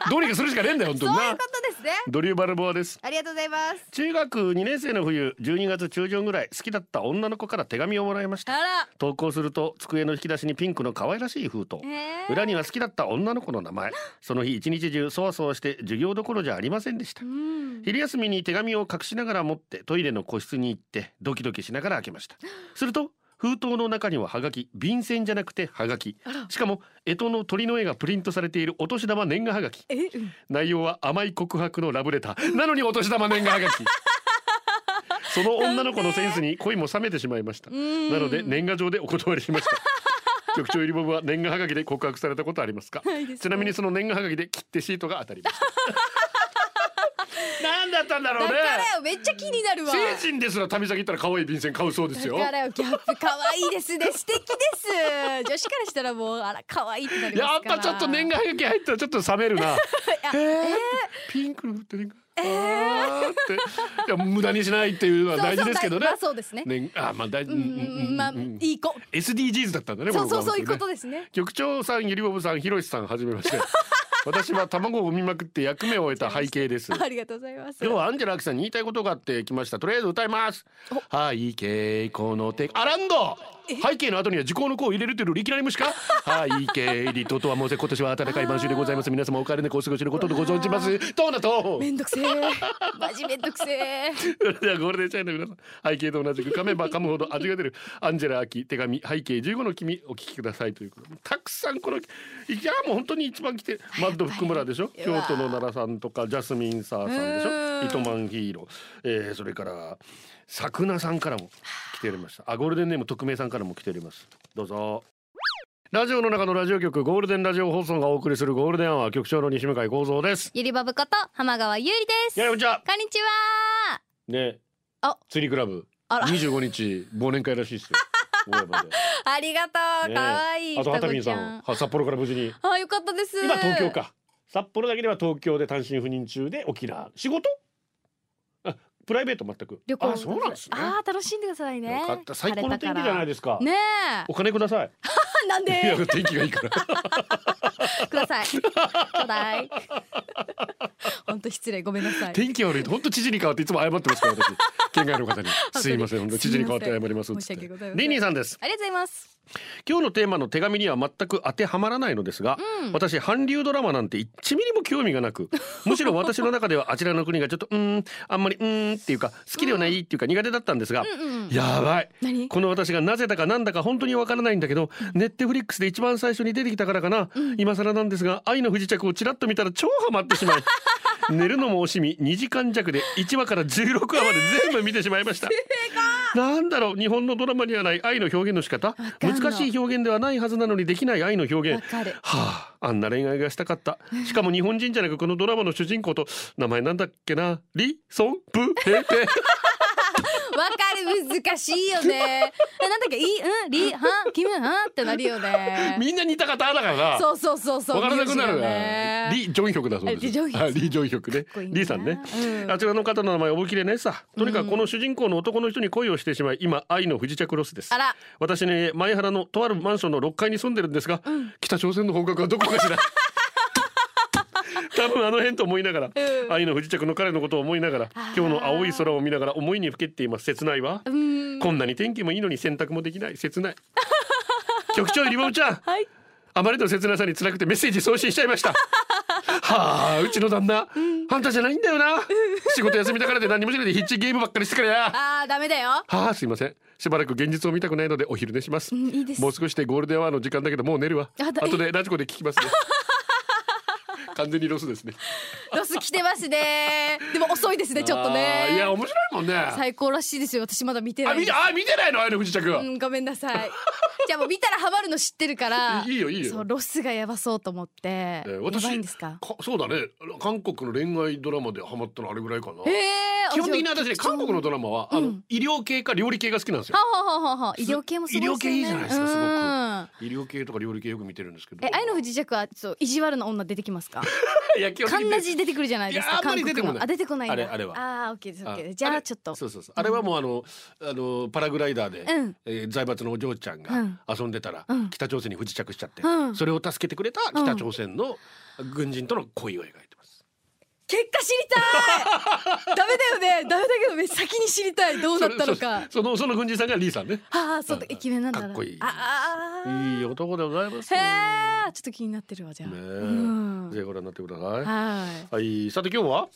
Speaker 1: どうにかするしかねえんだよ本当にな
Speaker 2: とですね
Speaker 1: ドリューバルボアです
Speaker 2: ありがとうございます
Speaker 1: 中学2年生の冬12月中旬ぐらい好きだった女の子から手紙をもらいました
Speaker 2: あ
Speaker 1: 投稿すると机の引き出しにピンクの可愛らしい封筒
Speaker 2: へー
Speaker 1: 裏には好きだった女の子の名前その日一日中そわそわして授業どころじゃありませんでした昼休みに手紙を隠しながら持ってトイレの個室に行ってドキドキしながら開けましたすると封筒の中にはハガキ便箋じゃなくてハガキしかも干支の鳥の絵がプリントされているお年玉年賀ハガキ
Speaker 2: え、
Speaker 1: 内容は甘い告白のラブレターなのにお年玉年賀はがきその女の子のセンスに恋も冷めてしまいましたなので年賀状でお断りしました局長ゆりぼぶは年賀はがきで告白されたことありますかちなみにその年賀はがきで切手シートが当たりました
Speaker 2: (laughs)
Speaker 1: なんだったんだろう
Speaker 2: だか
Speaker 1: ね
Speaker 2: らよめっちゃ気になるわ
Speaker 1: 成人ですら旅先行ったら可愛い便箋買うそうですよ
Speaker 2: だからよギャップ可愛いですね素敵です女子からしたらもうあら可愛いってなりま
Speaker 1: やっ
Speaker 2: すから
Speaker 1: ぱちょっと年賀はがき入ったらちょっと冷め
Speaker 2: (laughs)
Speaker 1: るなえーピンクの振って年賀あーっていや無駄にしないっていうのは大事ですけどね
Speaker 2: そうそう大まあそうですね
Speaker 1: ねあまあ大事
Speaker 2: うんうんうんまあいい子
Speaker 1: SDGs だったんだね
Speaker 2: そう
Speaker 1: この
Speaker 2: そう
Speaker 1: 番組
Speaker 2: そういうこ
Speaker 1: ね
Speaker 2: とですね
Speaker 1: 局長さんゆりぼぶさんひろしさんはじめま
Speaker 2: (laughs)
Speaker 1: して私は卵を産みまくって役目を終えた背景です
Speaker 2: ありがとうございます
Speaker 1: 今日はアンジェラアキさんに言いたいことがあってきましたとりあえず歌います背景この手アランド背景の後には時効の子を入れるというルールいきなり無視
Speaker 2: (laughs)
Speaker 1: か背景リトとはもうせ今年は暖かい晩秋でございます皆様お帰りでお過ごしのことでご存知ますどうだと
Speaker 2: めんどくせえマジめんどくせえ
Speaker 1: (laughs) それではゴールデンチャイの皆さん背景と同じく噛めば噛むほど味が出るアンジェラ・アキ手紙背景15の君お聞きくださいということでたくさんこのいやもう本当に一番来てマッド福村でしょ
Speaker 2: う
Speaker 1: 京
Speaker 2: わ
Speaker 1: 都の奈良さんとかジャスミンサーさんでしょ糸満ヒーロー、えーそれからさくなさんからも来ておりましたあゴールデンネーム匿名さんからも来ておりますどうぞラジオの中のラジオ局ゴールデンラジオ放送がお送りするゴールデンアワー局長の西向井光三です
Speaker 2: ゆりばぶこと浜川ゆうりです
Speaker 1: ややこんにちは
Speaker 2: こんにちは
Speaker 1: ね
Speaker 2: あ
Speaker 1: 釣りクラブ
Speaker 2: あら
Speaker 1: 二十五日忘年会ら
Speaker 2: (laughs)
Speaker 1: しいですよ。大山で
Speaker 2: ありがとう
Speaker 1: ね
Speaker 2: 可愛い
Speaker 1: あと畑
Speaker 2: 双子
Speaker 1: 美
Speaker 2: ち
Speaker 1: さ
Speaker 2: ゃん
Speaker 1: んは札幌から無事に
Speaker 2: あよかったです
Speaker 1: 今東京か札幌だけでは東京で単身赴任中で沖縄仕事あプライベート全く
Speaker 2: 旅行
Speaker 1: あそうなんですね
Speaker 2: あー楽しんでくださいね
Speaker 1: よかった最高の天気じゃない
Speaker 2: で
Speaker 1: ですか
Speaker 2: ね
Speaker 1: お金ください
Speaker 2: えなん
Speaker 1: (laughs) いや
Speaker 2: で
Speaker 1: 天気がいいから
Speaker 2: くださ (laughs) いちょう
Speaker 1: (laughs)
Speaker 2: だい本当失礼ごめんなさい
Speaker 1: 天気悪いと本当知事に変わっていつも謝ってますから私県外の
Speaker 2: (laughs)
Speaker 1: 方にすいません本当知事に変わって謝りますっつって
Speaker 2: 申し訳ございません
Speaker 1: リニーさんです
Speaker 2: ありがとうございます
Speaker 1: 今日のテーマの手紙には全く当てはまらないのですが、私韓流ドラマなんて1ミリも興味がな (laughs) くむしろ私の中ではあちらの国がちょっとうーんあんまりうーんっていうか好きではないっていうか苦手だったんですが、やばい
Speaker 2: 何
Speaker 1: この私がなぜだかなんだか本当にわからないんだけど、ネットフリックスで一番最初に出てきたからかな、今更なんですが愛の不時着をちらっと見たら超ハマって (laughs) しまい寝るのも惜しみ2時間弱で1話から16話まで全部見てしまいました、なんだろう日本のドラマにはない愛の表現の仕方
Speaker 2: んない
Speaker 1: 難しい表現ではないはずなのにできない愛の表現
Speaker 2: わかる
Speaker 1: はああんな恋愛がしたかったしかも日本人じゃなくこのドラマの主人公と名前なんだっけなリ・ソン・プ・ヘペ (laughs)
Speaker 2: わかる難しいよねえなんだっけいうんりはきむはってなるよね
Speaker 1: みんな似た方だからな
Speaker 2: そうそうそうそう
Speaker 1: わからなくな
Speaker 2: 名字
Speaker 1: る
Speaker 2: よね
Speaker 1: リ・ジョンヒョクだそうです
Speaker 2: あリジョンヒョク
Speaker 1: はいリ・ジョンヒョクね
Speaker 2: こいいな
Speaker 1: リさんね、
Speaker 2: うん
Speaker 1: あちらの方の名前覚えきれないさとにかくこの主人公の男の人に恋をしてしまい今愛の不時着ロスです
Speaker 2: あら
Speaker 1: 私ね前原のとあるマンションの6階に住んでるんですが、北朝鮮の方角はどこか (laughs) しら多分あの辺と思いながら、愛の不時着の彼のことを思いながら今日の青い空を見ながら思いにふけっています切ないわこんなに天気もいいのに洗濯もできない切ない (laughs) 局長リボムちゃん、あまりの切なさに辛くてメッセージ送信しちゃいました (laughs) はあうちの旦那、あんたじゃないんだよな仕事休みだからで何もしないでヒッチゲームばっかりしてからや
Speaker 2: あーダメだよ
Speaker 1: はあすいませんしばらく現実を見たくないのでお昼寝します、
Speaker 2: んいいです
Speaker 1: もう少しでゴールデンアワーの時間だけどもう寝るわ
Speaker 2: あだ
Speaker 1: 後でラジコで聞き
Speaker 2: (laughs)
Speaker 1: ますね完全にロスですね
Speaker 2: ロス来てますねでも遅いですねちょっと
Speaker 1: あーいや
Speaker 2: ね
Speaker 1: 面白いもんねあ
Speaker 2: 最高らしいですよ私まだ見てない
Speaker 1: 見てあ見てないのあの不時着は、
Speaker 2: うんごめんなさいじゃあもう見たらハマるの知ってるから
Speaker 1: いいよいいよ
Speaker 2: そうロスがやばそうと思って、
Speaker 1: えー
Speaker 2: やばいんですか
Speaker 1: そうだね韓国の恋愛ドラマでハマったのあれぐらいかな、
Speaker 2: えー、
Speaker 1: 基本的に
Speaker 2: あじゃあ
Speaker 1: 私ね韓国のドラマは、あの医療系か料理系が好きなんですよ
Speaker 2: はあはあはあはあ医療系もすごいです
Speaker 1: 医
Speaker 2: よね
Speaker 1: 療系いいじゃないですかすごく
Speaker 2: うん
Speaker 1: 医療系とか料理系よく見てるんですけど
Speaker 2: え愛の不時着はそう意地悪な女出てきますか
Speaker 1: いや基本的
Speaker 2: カ
Speaker 1: に
Speaker 2: ンナジ出てくるじゃないです
Speaker 1: いやあ
Speaker 2: か
Speaker 1: んま
Speaker 2: 韓
Speaker 1: り
Speaker 2: 国
Speaker 1: 出てこない
Speaker 2: のあ出てこないんだ
Speaker 1: あれあれは
Speaker 2: あーオッケーですオッケーで
Speaker 1: あ
Speaker 2: すじゃ
Speaker 1: れ
Speaker 2: あちょっと
Speaker 1: そうそうそうあれはもうあのあのパラグライダーで、 (laughs)
Speaker 2: うん
Speaker 1: えー財閥のお嬢ちゃんが
Speaker 2: うん
Speaker 1: 遊んでたら、
Speaker 2: うん
Speaker 1: 北朝鮮に不時着しちゃって、
Speaker 2: うん
Speaker 1: それを助けてくれた北朝鮮の軍人との恋を描いてます、
Speaker 2: 結果知りたいダメだよねダメだけどめ先に知りたいどうなったのか
Speaker 1: それそそのその軍人さんがリーさんね
Speaker 2: ああそうだイケメンなんだな
Speaker 1: かっこいい
Speaker 2: ああ
Speaker 1: いい男でございますよ
Speaker 2: へえちょっと気になってるわじゃあ、
Speaker 1: ねえ
Speaker 2: うん
Speaker 1: ぜひご覧になってください
Speaker 2: はい
Speaker 1: はい、さて今日は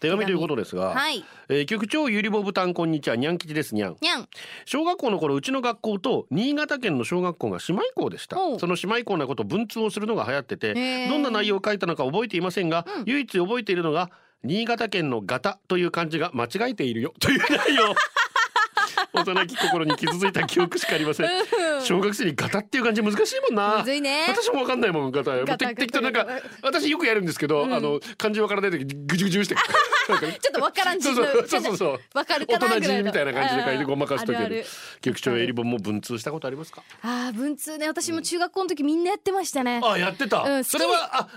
Speaker 1: 手紙ということですが、
Speaker 2: はい
Speaker 1: えー局長ゆりぼぶたんこんにちはにゃん吉ですにゃん
Speaker 2: にゃん
Speaker 1: 小学校の頃うちの学校と新潟県の小学校が姉妹校でした
Speaker 2: おう
Speaker 1: その姉妹校なことを文通をするのが流行って
Speaker 2: へ
Speaker 1: て
Speaker 2: ー
Speaker 1: どんな内容を書いたのか覚えていませんが、
Speaker 2: うん
Speaker 1: 唯一覚えているのが新潟県の「ガタ」という漢字が間違えているよという内
Speaker 2: (laughs)
Speaker 1: 容幼き心に傷ついた記憶しかありません (laughs) 小学生に「ガタ」っていう漢字難しいもんな
Speaker 2: むずいね
Speaker 1: 私もわかんないもんガタ
Speaker 2: ガタ
Speaker 1: て適当なんか私よくやるんですけど、あの漢字わからない時ぐじゅぐじゅしてなんかね
Speaker 2: ちょっとわからん
Speaker 1: そう
Speaker 2: じ
Speaker 1: そう
Speaker 2: (laughs)
Speaker 1: そうそうそう
Speaker 2: わかる
Speaker 1: 大
Speaker 2: か
Speaker 1: 人
Speaker 2: なぐら
Speaker 1: じ
Speaker 2: いの
Speaker 1: みたいな感じで書いてごまかしとけ
Speaker 2: あ
Speaker 1: る
Speaker 2: ある
Speaker 1: 局長エリボンも文通したことありますか
Speaker 2: ああ文通ね私も中学校の時みんなやってましたね
Speaker 1: あやってた、
Speaker 2: うん
Speaker 1: それはああ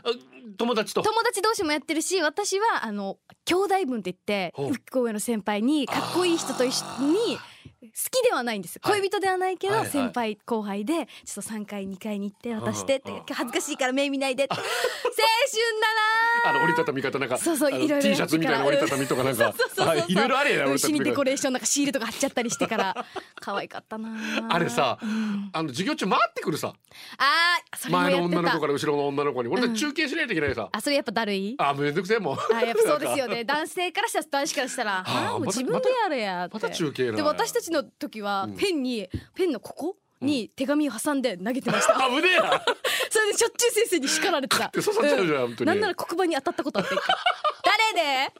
Speaker 1: 友達と
Speaker 2: 友達同士もやってるし私はあの兄弟分って言って
Speaker 1: ほう
Speaker 2: 一個上の先輩にかっこいい人と一緒に好きではないんです
Speaker 1: はい
Speaker 2: 恋人ではないけ
Speaker 1: はい
Speaker 2: ど
Speaker 1: はい
Speaker 2: 先輩後輩でちょっと3回2回に行って渡してって
Speaker 1: うんうん
Speaker 2: 恥ずかしいから目見ないでって青春だ
Speaker 1: あ
Speaker 2: なー
Speaker 1: の折りたたみ方なんか
Speaker 2: そうそう
Speaker 1: あの
Speaker 2: いろいろやって
Speaker 1: T シャツみたいな折りたたみとかなんか
Speaker 2: そうそうそう
Speaker 1: はいいろいろあれやな折りたた
Speaker 2: 牛
Speaker 1: み
Speaker 2: にデ
Speaker 1: と
Speaker 2: コ
Speaker 1: か
Speaker 2: レーションなんかシールとか貼っちゃったりしてから
Speaker 1: (laughs)
Speaker 2: 可愛かったなー
Speaker 1: あれさ、あの授業中回ってくるさ
Speaker 2: あーそれも
Speaker 1: 前
Speaker 2: や
Speaker 1: の
Speaker 2: って
Speaker 1: 女の子か
Speaker 2: た
Speaker 1: ら後ろの女の子に俺たち中継しないといけないさ、
Speaker 2: あそれやっぱだるい
Speaker 1: あめんどくせえもう
Speaker 2: あやっぱそうですよね男性からしたら男子からしたら「
Speaker 1: あ
Speaker 2: ああもう
Speaker 1: また
Speaker 2: 自分でやれや」って
Speaker 1: また中継なんや
Speaker 2: でも私たちの時はペンに、ペンのここに手紙を挟んで投げてました、
Speaker 1: あ危ねえ
Speaker 2: (laughs)
Speaker 1: な
Speaker 2: それでしょっちゅう先生に叱られてた
Speaker 1: て刺さっちゃうじゃん
Speaker 2: う
Speaker 1: 本当に
Speaker 2: なんなら黒板に当たったことあって誰で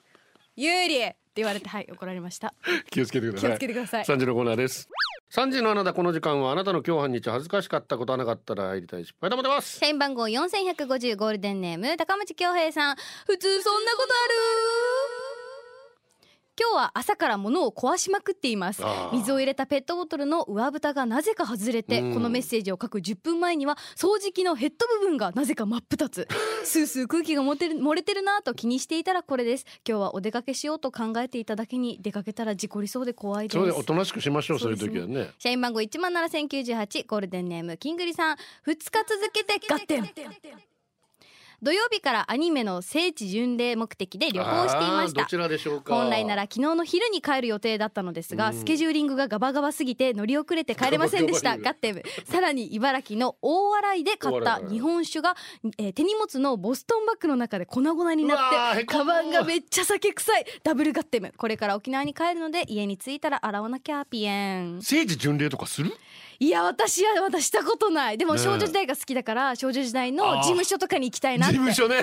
Speaker 2: 有利って言われてはい怒られました
Speaker 1: 気をつけてください
Speaker 2: 気をつけてください
Speaker 1: 3時のコーナーです3時のあなたこの時間はあなたの今日半日恥ずかしかったことはなかったら入りたい失敗黙ってます
Speaker 3: 社員番号4150ゴールデンネーム高町恭平さん普通そんなことある
Speaker 2: 今日は朝から物を壊しまくっています
Speaker 1: あー
Speaker 2: 水を入れたペットボトルの上蓋がなぜか外れて、
Speaker 1: うん
Speaker 2: このメッセージを書く10分前には掃除機のヘッド部分がなぜか真っ二
Speaker 1: (laughs)
Speaker 2: つスースー空気が漏れてる漏れてるなぁと気にしていたらこれです今日はお出かけしようと考えていただけに出かけたら事故りそうで怖いです
Speaker 1: それでおとなしくしましょうそういう時はね
Speaker 2: 社員番号1万7098ゴールデンネームキングリさん2日続けてガッテン土曜日からアニメの聖地巡礼目的で旅行してい
Speaker 1: あ
Speaker 2: まし
Speaker 1: ーど
Speaker 2: た
Speaker 1: ちらでしょうか
Speaker 2: 本来なら昨日の昼に帰る予定だったのですが、スケジューリングがガバガバすぎて乗り遅れて帰れませんでし
Speaker 1: ガバ
Speaker 2: た
Speaker 1: ガバ
Speaker 2: ガッテムさらに茨城の大洗で買っ
Speaker 1: 大
Speaker 2: た
Speaker 1: 洗
Speaker 2: 日本酒が、えー手荷物のボストンバッグの中で粉々に
Speaker 1: うわ
Speaker 2: なっ
Speaker 1: ーへ
Speaker 2: て
Speaker 1: こ
Speaker 2: カ
Speaker 1: む
Speaker 2: バンがめっちゃ酒臭いダブルガッテムこれから沖縄に帰るので家に着いたら洗わなきゃピエン
Speaker 1: 政治巡礼とかする
Speaker 2: いや私はまだしたことないでも
Speaker 1: ねえ
Speaker 2: 少女時代が好きだから少女時代の
Speaker 1: あー
Speaker 2: 事務所とかに行きたいな
Speaker 1: 事
Speaker 2: って (laughs)
Speaker 1: 務所ね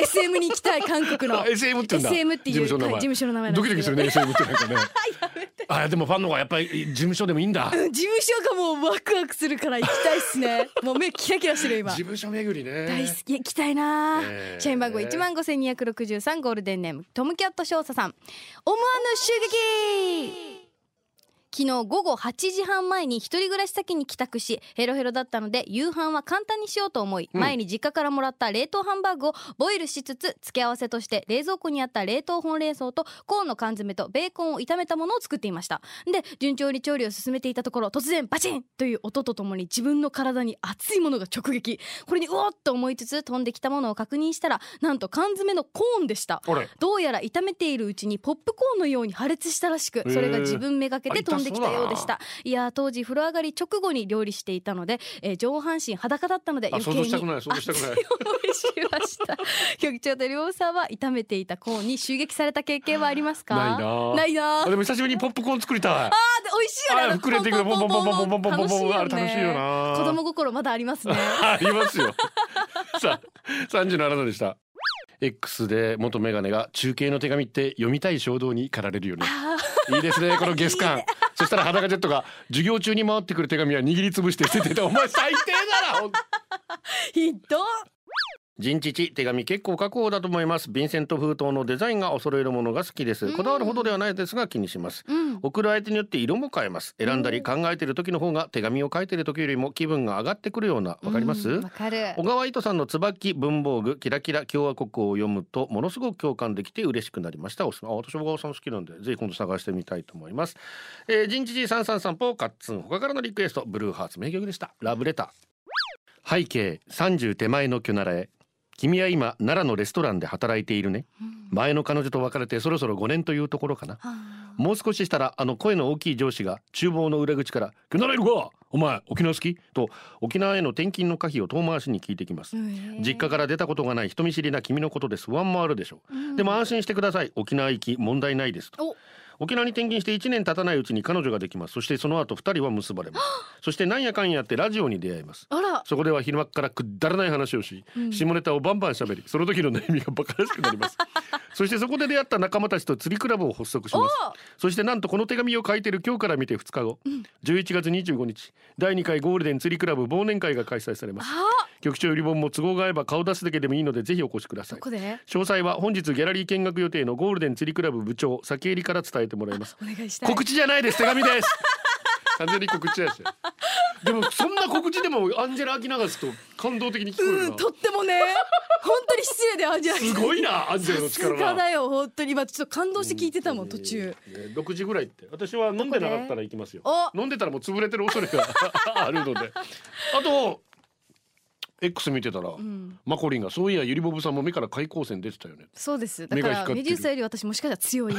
Speaker 2: SM に行きたい韓
Speaker 1: (laughs)
Speaker 2: 国の
Speaker 1: あ SM って言うんだ
Speaker 2: SM っていう
Speaker 1: 事務所の名
Speaker 2: はい
Speaker 1: 前
Speaker 2: 事務所の名前なん
Speaker 1: ド
Speaker 2: で
Speaker 1: キ
Speaker 2: す
Speaker 1: ドキするね SM ってなんかねあでもファンの方がやっぱり事務所でもいいんだ
Speaker 2: うん事務所がもうワクワクするから行きたいっ
Speaker 1: (laughs)
Speaker 2: すねもう目キラキラしてる今
Speaker 1: 事務所巡りね
Speaker 2: 大好き行きたいなあ、
Speaker 1: ええ
Speaker 2: 社員番号1万5263ゴールデンネームトムキャット少佐さん思わぬ襲撃昨日午後8時半前に一人暮らし先に帰宅しヘロヘロだったので夕飯は簡単にしようと思い、前に実家からもらった冷凍ハンバーグをボイルしつつ付け合わせとして冷蔵庫にあった冷凍ほうれん草とコーンの缶詰とベーコンを炒めたものを作っていましたで順調に調理を進めていたところ突然バチンという音とともに自分の体に熱いものが直撃これにうおっと思いつつ飛んできたものを確認したらなんと缶詰のコーンでした
Speaker 1: あれ
Speaker 2: どうやら炒めているうちにポップコーンのように破裂したらしく
Speaker 1: ー
Speaker 2: それが自分めがけて飛んできたようでしたいやー当時風呂上がり直後に料理していたので、えー上半身裸だったので
Speaker 1: あ
Speaker 2: 余計
Speaker 1: 想
Speaker 2: に
Speaker 1: 像したくない想像したくない
Speaker 2: 熱い思いしました局長と両さんは炒めていたコーンに襲撃された経験はありますか
Speaker 1: ないなあ
Speaker 2: ないなあ
Speaker 1: あでも久しぶりにポップコーン作りたい
Speaker 2: で美味しいよね
Speaker 1: あ
Speaker 2: の
Speaker 1: 膨れてくる
Speaker 2: ポンポンポンポンポンポン
Speaker 1: ポンポンポンポンポンポン
Speaker 2: 楽しいよね
Speaker 1: あれ楽しいよな
Speaker 2: 子供心まだありますね
Speaker 1: ありますよ。さあ、三十七度でした。X で元メガネが中継の手紙って読みたい衝動に駆られるよね。いいですね、 (laughs) このゲス感。そしたら裸ジェットが授業中に回ってくる手紙は握りつぶして捨ててた。お前最低だな。ほんと
Speaker 2: ひどっ
Speaker 1: 人父手紙結構書こうだと思いますヴィンセント封筒のデザインがお揃えるものが好きですこだわるほどではないですが気にします、送る相手によって色も変えます選んだり考えてる時の方が手紙を書いてる時よりも気分が上がってくるようなわかります、
Speaker 2: わかる
Speaker 1: 小川糸さんの椿文房具キラキラ共和国を読むとものすごく共感できて嬉しくなりましたおすすめあ私小川さん好きなんでぜひ今度探してみたいと思います、えー、人知事三三三ポカッツン他からのリクエストブルーハーツ名曲でしたラブレター背景三十手前のキョナラへ君は今奈良のレストランで働いているね、前の彼女と別れてそろそろ5年というところかなもう少ししたらあの声の大きい上司が厨房の裏口から「キョナラいるかお前沖縄好き?」と沖縄への転勤の可否を遠回しに聞いてきます、実家から出たことがない人見知りな君のことです不安もあるでしょう、でも安心してください沖縄行き問題ないですと沖縄に転勤して1年経たないうちに彼女ができますそしてその後2人は結ばれますそしてなんやかんやってラジオに出会います
Speaker 2: あら
Speaker 1: そこでは昼間っからくだらない話をし、下ネタをバンバン喋りその時の悩みがバカらしくなり
Speaker 2: (laughs)
Speaker 1: ますそしてそこで出会った仲間たちと釣りクラブを発足しますそしてなんとこの手紙を書いてる今日から見て2日後、11月25日第2回ゴールデン釣りクラブ忘年会が開催されます局長より本も都合が合えば顔出すだけでもいいのでぜひお越しください
Speaker 2: ここで
Speaker 1: 詳細は本日ギャラリー見学予定のゴールデン釣りクラブ部長先入りから伝えてもらいます
Speaker 2: お願いしたい
Speaker 1: 告知じゃないです手紙
Speaker 2: (laughs)
Speaker 1: です完全に告知ですよでもそんな告知でもアンジェラ・アキナガスと感動的に聞こえ
Speaker 2: う
Speaker 1: る
Speaker 2: ん
Speaker 1: な
Speaker 2: とっ
Speaker 1: (laughs)
Speaker 2: てもね本当に失礼だよアンジェラ
Speaker 1: すごいなアンジェラの
Speaker 2: さす
Speaker 1: 力
Speaker 2: が
Speaker 1: は
Speaker 2: だよ本当に今ちょっと感動して聞いてたもん途中
Speaker 1: ね6時ぐらいって私は飲んでなかったら行きますよ
Speaker 2: お
Speaker 1: 飲んでたらもう潰れてる恐れがあるのであと X 見てたら、マコリンがそういやゆりぼぶさんも目から開口線出てたよね
Speaker 2: そうですだか
Speaker 1: 目が
Speaker 2: ら
Speaker 1: 光ってる
Speaker 2: メデューサより私もしかしたら強い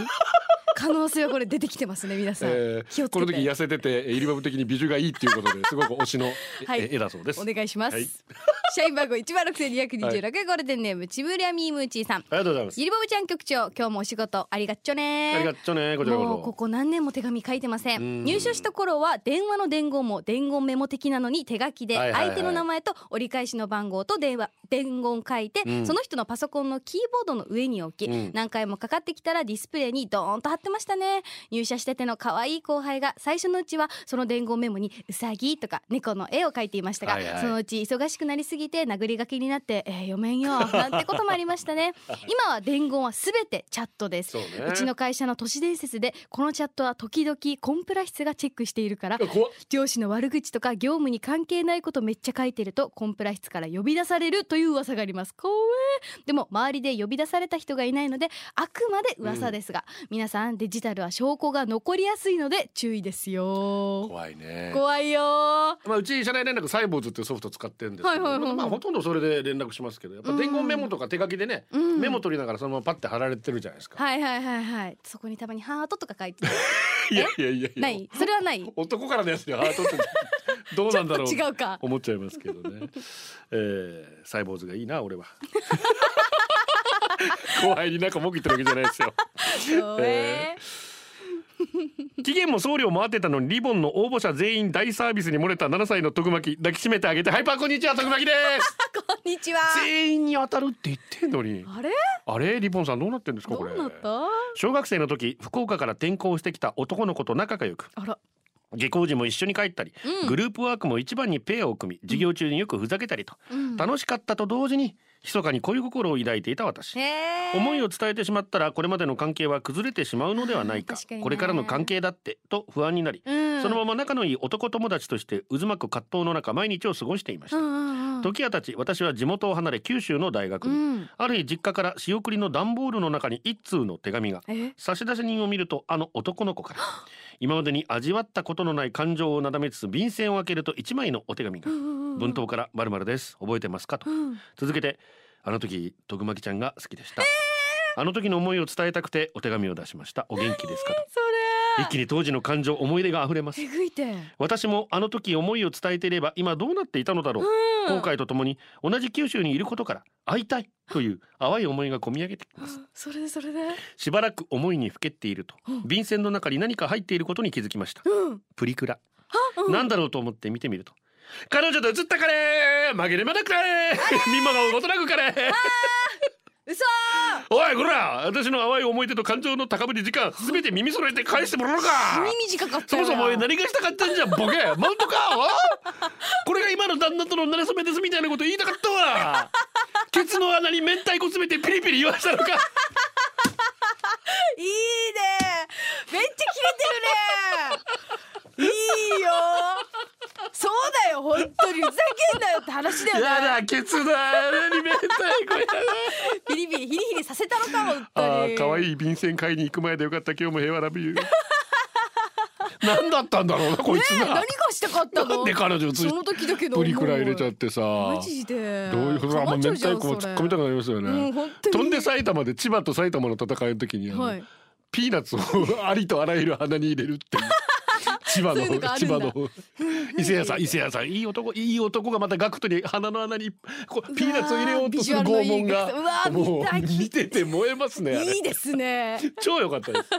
Speaker 2: 可能性はこれ出てきてますね皆さん、
Speaker 1: (laughs) えー
Speaker 2: 気をつ
Speaker 1: こ
Speaker 2: け
Speaker 1: の時
Speaker 2: て
Speaker 1: 痩せててえーゆりぼぶ的に美女がいいっていうことですごく推しの、
Speaker 2: はい
Speaker 1: え絵だそうです
Speaker 2: お願いします、
Speaker 1: はい
Speaker 2: 社員番号1万6226、ゴールデンネームちぶりゃみーむーちーさん
Speaker 1: ありがとうございます
Speaker 2: ゆりぼぶちゃん局長今日もお仕事ありがっちょね
Speaker 1: ありがとうねこちらこそ
Speaker 2: もうここ何年も手紙書いてませ
Speaker 1: うん
Speaker 2: ん入所した頃は電話の伝言も伝言メモ的なのに手書きで
Speaker 1: はいはいはい
Speaker 2: 相手の名前と折り返しの番号と電話伝言書いて、
Speaker 1: ん
Speaker 2: その人のパソコンのキーボードの上に置き、
Speaker 1: うん
Speaker 2: 何回もかかってきたらディスプレイにドーンと貼ってましたね入社してての可愛い後輩が最初のうちはその伝言メモに「うさぎ」とか「猫の絵」を書いていましたが、
Speaker 1: はいはい
Speaker 2: そのうち忙しくなりすぎぎて殴り書きになって、えー読めんよなんてこともありまし
Speaker 1: (laughs)
Speaker 2: たね今は伝言は全てチャットです
Speaker 1: そうね
Speaker 2: うちの会社の都市伝説でこのチャットは時々コンプラ室がチェックしているから
Speaker 1: あ怖っ
Speaker 2: 上司の悪口とか業務に関係ないことめっちゃ書いてるとコンプラ室から呼び出されるという噂があります怖えでも周りで呼び出された人がいないのであくまで噂ですが、皆さんデジタルは証拠が残りやすいので注意ですよ
Speaker 1: 怖いね
Speaker 2: 怖いよー
Speaker 1: まあ、うち社内連絡サイボーズっていうソフト使ってるんですけど、
Speaker 2: はいはいはいはい
Speaker 1: まあ、ほとんどそれで連絡しますけどやっぱ伝言メモとか手書きでね、
Speaker 2: うん
Speaker 1: メモ取りながらそのままパッて貼られてるじゃないですか、
Speaker 2: はいはいはいはいそこにたまにハートとか書いて
Speaker 1: いやいやいやいや
Speaker 2: ないそれはない
Speaker 1: 男からのやつにハートってどうなんだろう
Speaker 2: (laughs) ちょっと違うか
Speaker 1: 思っちゃいますけどね、えー、サイボーズがいいな俺
Speaker 2: (laughs)
Speaker 1: は怖いになんか文句言ってるわけじゃないです
Speaker 2: (laughs)
Speaker 1: よ
Speaker 2: 怖え
Speaker 1: 期限も送料も合ってたのにリボンの応募者全員大サービスに漏れた7歳の徳巻抱きしめてあげてハイパーこんにちは徳巻です
Speaker 2: こんにちは
Speaker 1: 全員に当たるって言ってんの
Speaker 2: (laughs)
Speaker 1: に
Speaker 2: あれ
Speaker 1: あれリボンさんどうなってんですか
Speaker 2: ど
Speaker 1: これ
Speaker 2: うなった
Speaker 1: 小学生の時福岡から転校してきた男の子と仲が良く
Speaker 2: あら
Speaker 1: 下校時も一緒に帰ったり、
Speaker 2: うん
Speaker 1: グループワークも一番にペアを組み授業中によくふざけたりと、
Speaker 2: うん
Speaker 1: 楽しかったと同時に密かに恋心を抱いていた私
Speaker 2: へー
Speaker 1: 思いを伝えてしまったらこれまでの関係は崩れてしまうのではないか
Speaker 2: 確かにね
Speaker 1: これからの関係だってと不安になり、
Speaker 2: うん
Speaker 1: そのまま仲のいい男友達として渦巻く葛藤の中毎日を過ごしていました、
Speaker 2: うんうんうん
Speaker 1: 時矢たち私は地元を離れ九州の大学に、
Speaker 2: うん
Speaker 1: ある日実家から仕送りの段ボールの中に一通の手紙が
Speaker 2: え
Speaker 1: 差出人を見るとあの男の子から今までに味わったことのない感情をなだめつつ便箋を開けると一枚のお手紙が文頭から「まるです覚えてますか?」と
Speaker 2: うん
Speaker 1: 続けて「あの時徳巻ちゃんが好きでした」あの時の思いを伝えたくてお手紙を出しましたお元気ですかと
Speaker 2: そ
Speaker 1: 一気に当時の感情思い出が溢れます
Speaker 2: れえぐいて
Speaker 1: 私もあの時思いを伝えていれば今どうなっていたのだろう、後悔とともに同じ九州にいることから会いたいという淡い思いが込み上げてきます
Speaker 2: それでそれで
Speaker 1: しばらく思いにふけっていると便箋の中に何か入っていることに気づきました、プリクラ、なんだろうと思って見てみると彼女と映ったカレー紛れもなくカレー見間がことなくカレー
Speaker 2: 嘘
Speaker 1: おいこら私の淡い思い出と感情の高ぶり時間すべて耳揃えて返してもらおうか
Speaker 2: 耳短かった
Speaker 1: そ
Speaker 2: よ
Speaker 1: も
Speaker 2: な
Speaker 1: そもお前何がしたかったんじゃん
Speaker 2: (laughs)
Speaker 1: ボケマウントかおこれが今の旦那との馴れ初めですみたいなこと言いたかったわケツの穴に明太子詰めてピリピリ言わした
Speaker 2: (laughs)
Speaker 1: のか
Speaker 2: いいねめっちゃ切
Speaker 1: (laughs)
Speaker 2: れてるねいいよそうだよ本当にふざけんなよって話だよね
Speaker 1: やだケツの穴に明太子や
Speaker 2: ビリビリヒリヒリさせたのか本
Speaker 1: だ
Speaker 2: 当
Speaker 1: あ
Speaker 2: に
Speaker 1: ー可愛い便箋買いに行く前でよかった今日も平和ラビュー何だったんだろうなこいつ
Speaker 2: ねえ何
Speaker 1: な
Speaker 2: が、したかった
Speaker 1: な
Speaker 2: の
Speaker 1: んで彼女つ
Speaker 2: その時だけの
Speaker 1: プリクラ入れちゃってさ
Speaker 2: マジで
Speaker 1: どういうことあんま
Speaker 2: 構っちゃ
Speaker 1: 明
Speaker 2: うじゃん
Speaker 1: 太子も突っ込みたくなりますよね、
Speaker 2: うん本当に
Speaker 1: 飛んで埼玉で千葉と埼玉の戦いの時にあの、
Speaker 2: はい
Speaker 1: ピーナッツをありとあらゆる鼻に入れるっていう千葉の
Speaker 2: そういうのがある
Speaker 1: 千
Speaker 2: んだ
Speaker 1: 葉
Speaker 2: (laughs)
Speaker 1: の伊勢屋さん伊勢屋さんいい男いい男がまたガクトに鼻の穴にこうピーナッツを入れようとする
Speaker 2: うわー
Speaker 1: 拷問
Speaker 2: ビジュアル
Speaker 1: が
Speaker 2: のいいガクトうわー
Speaker 1: もう
Speaker 2: 見たい
Speaker 1: 見てて燃えますねあれ
Speaker 2: いいですね (laughs)
Speaker 1: 超良かったです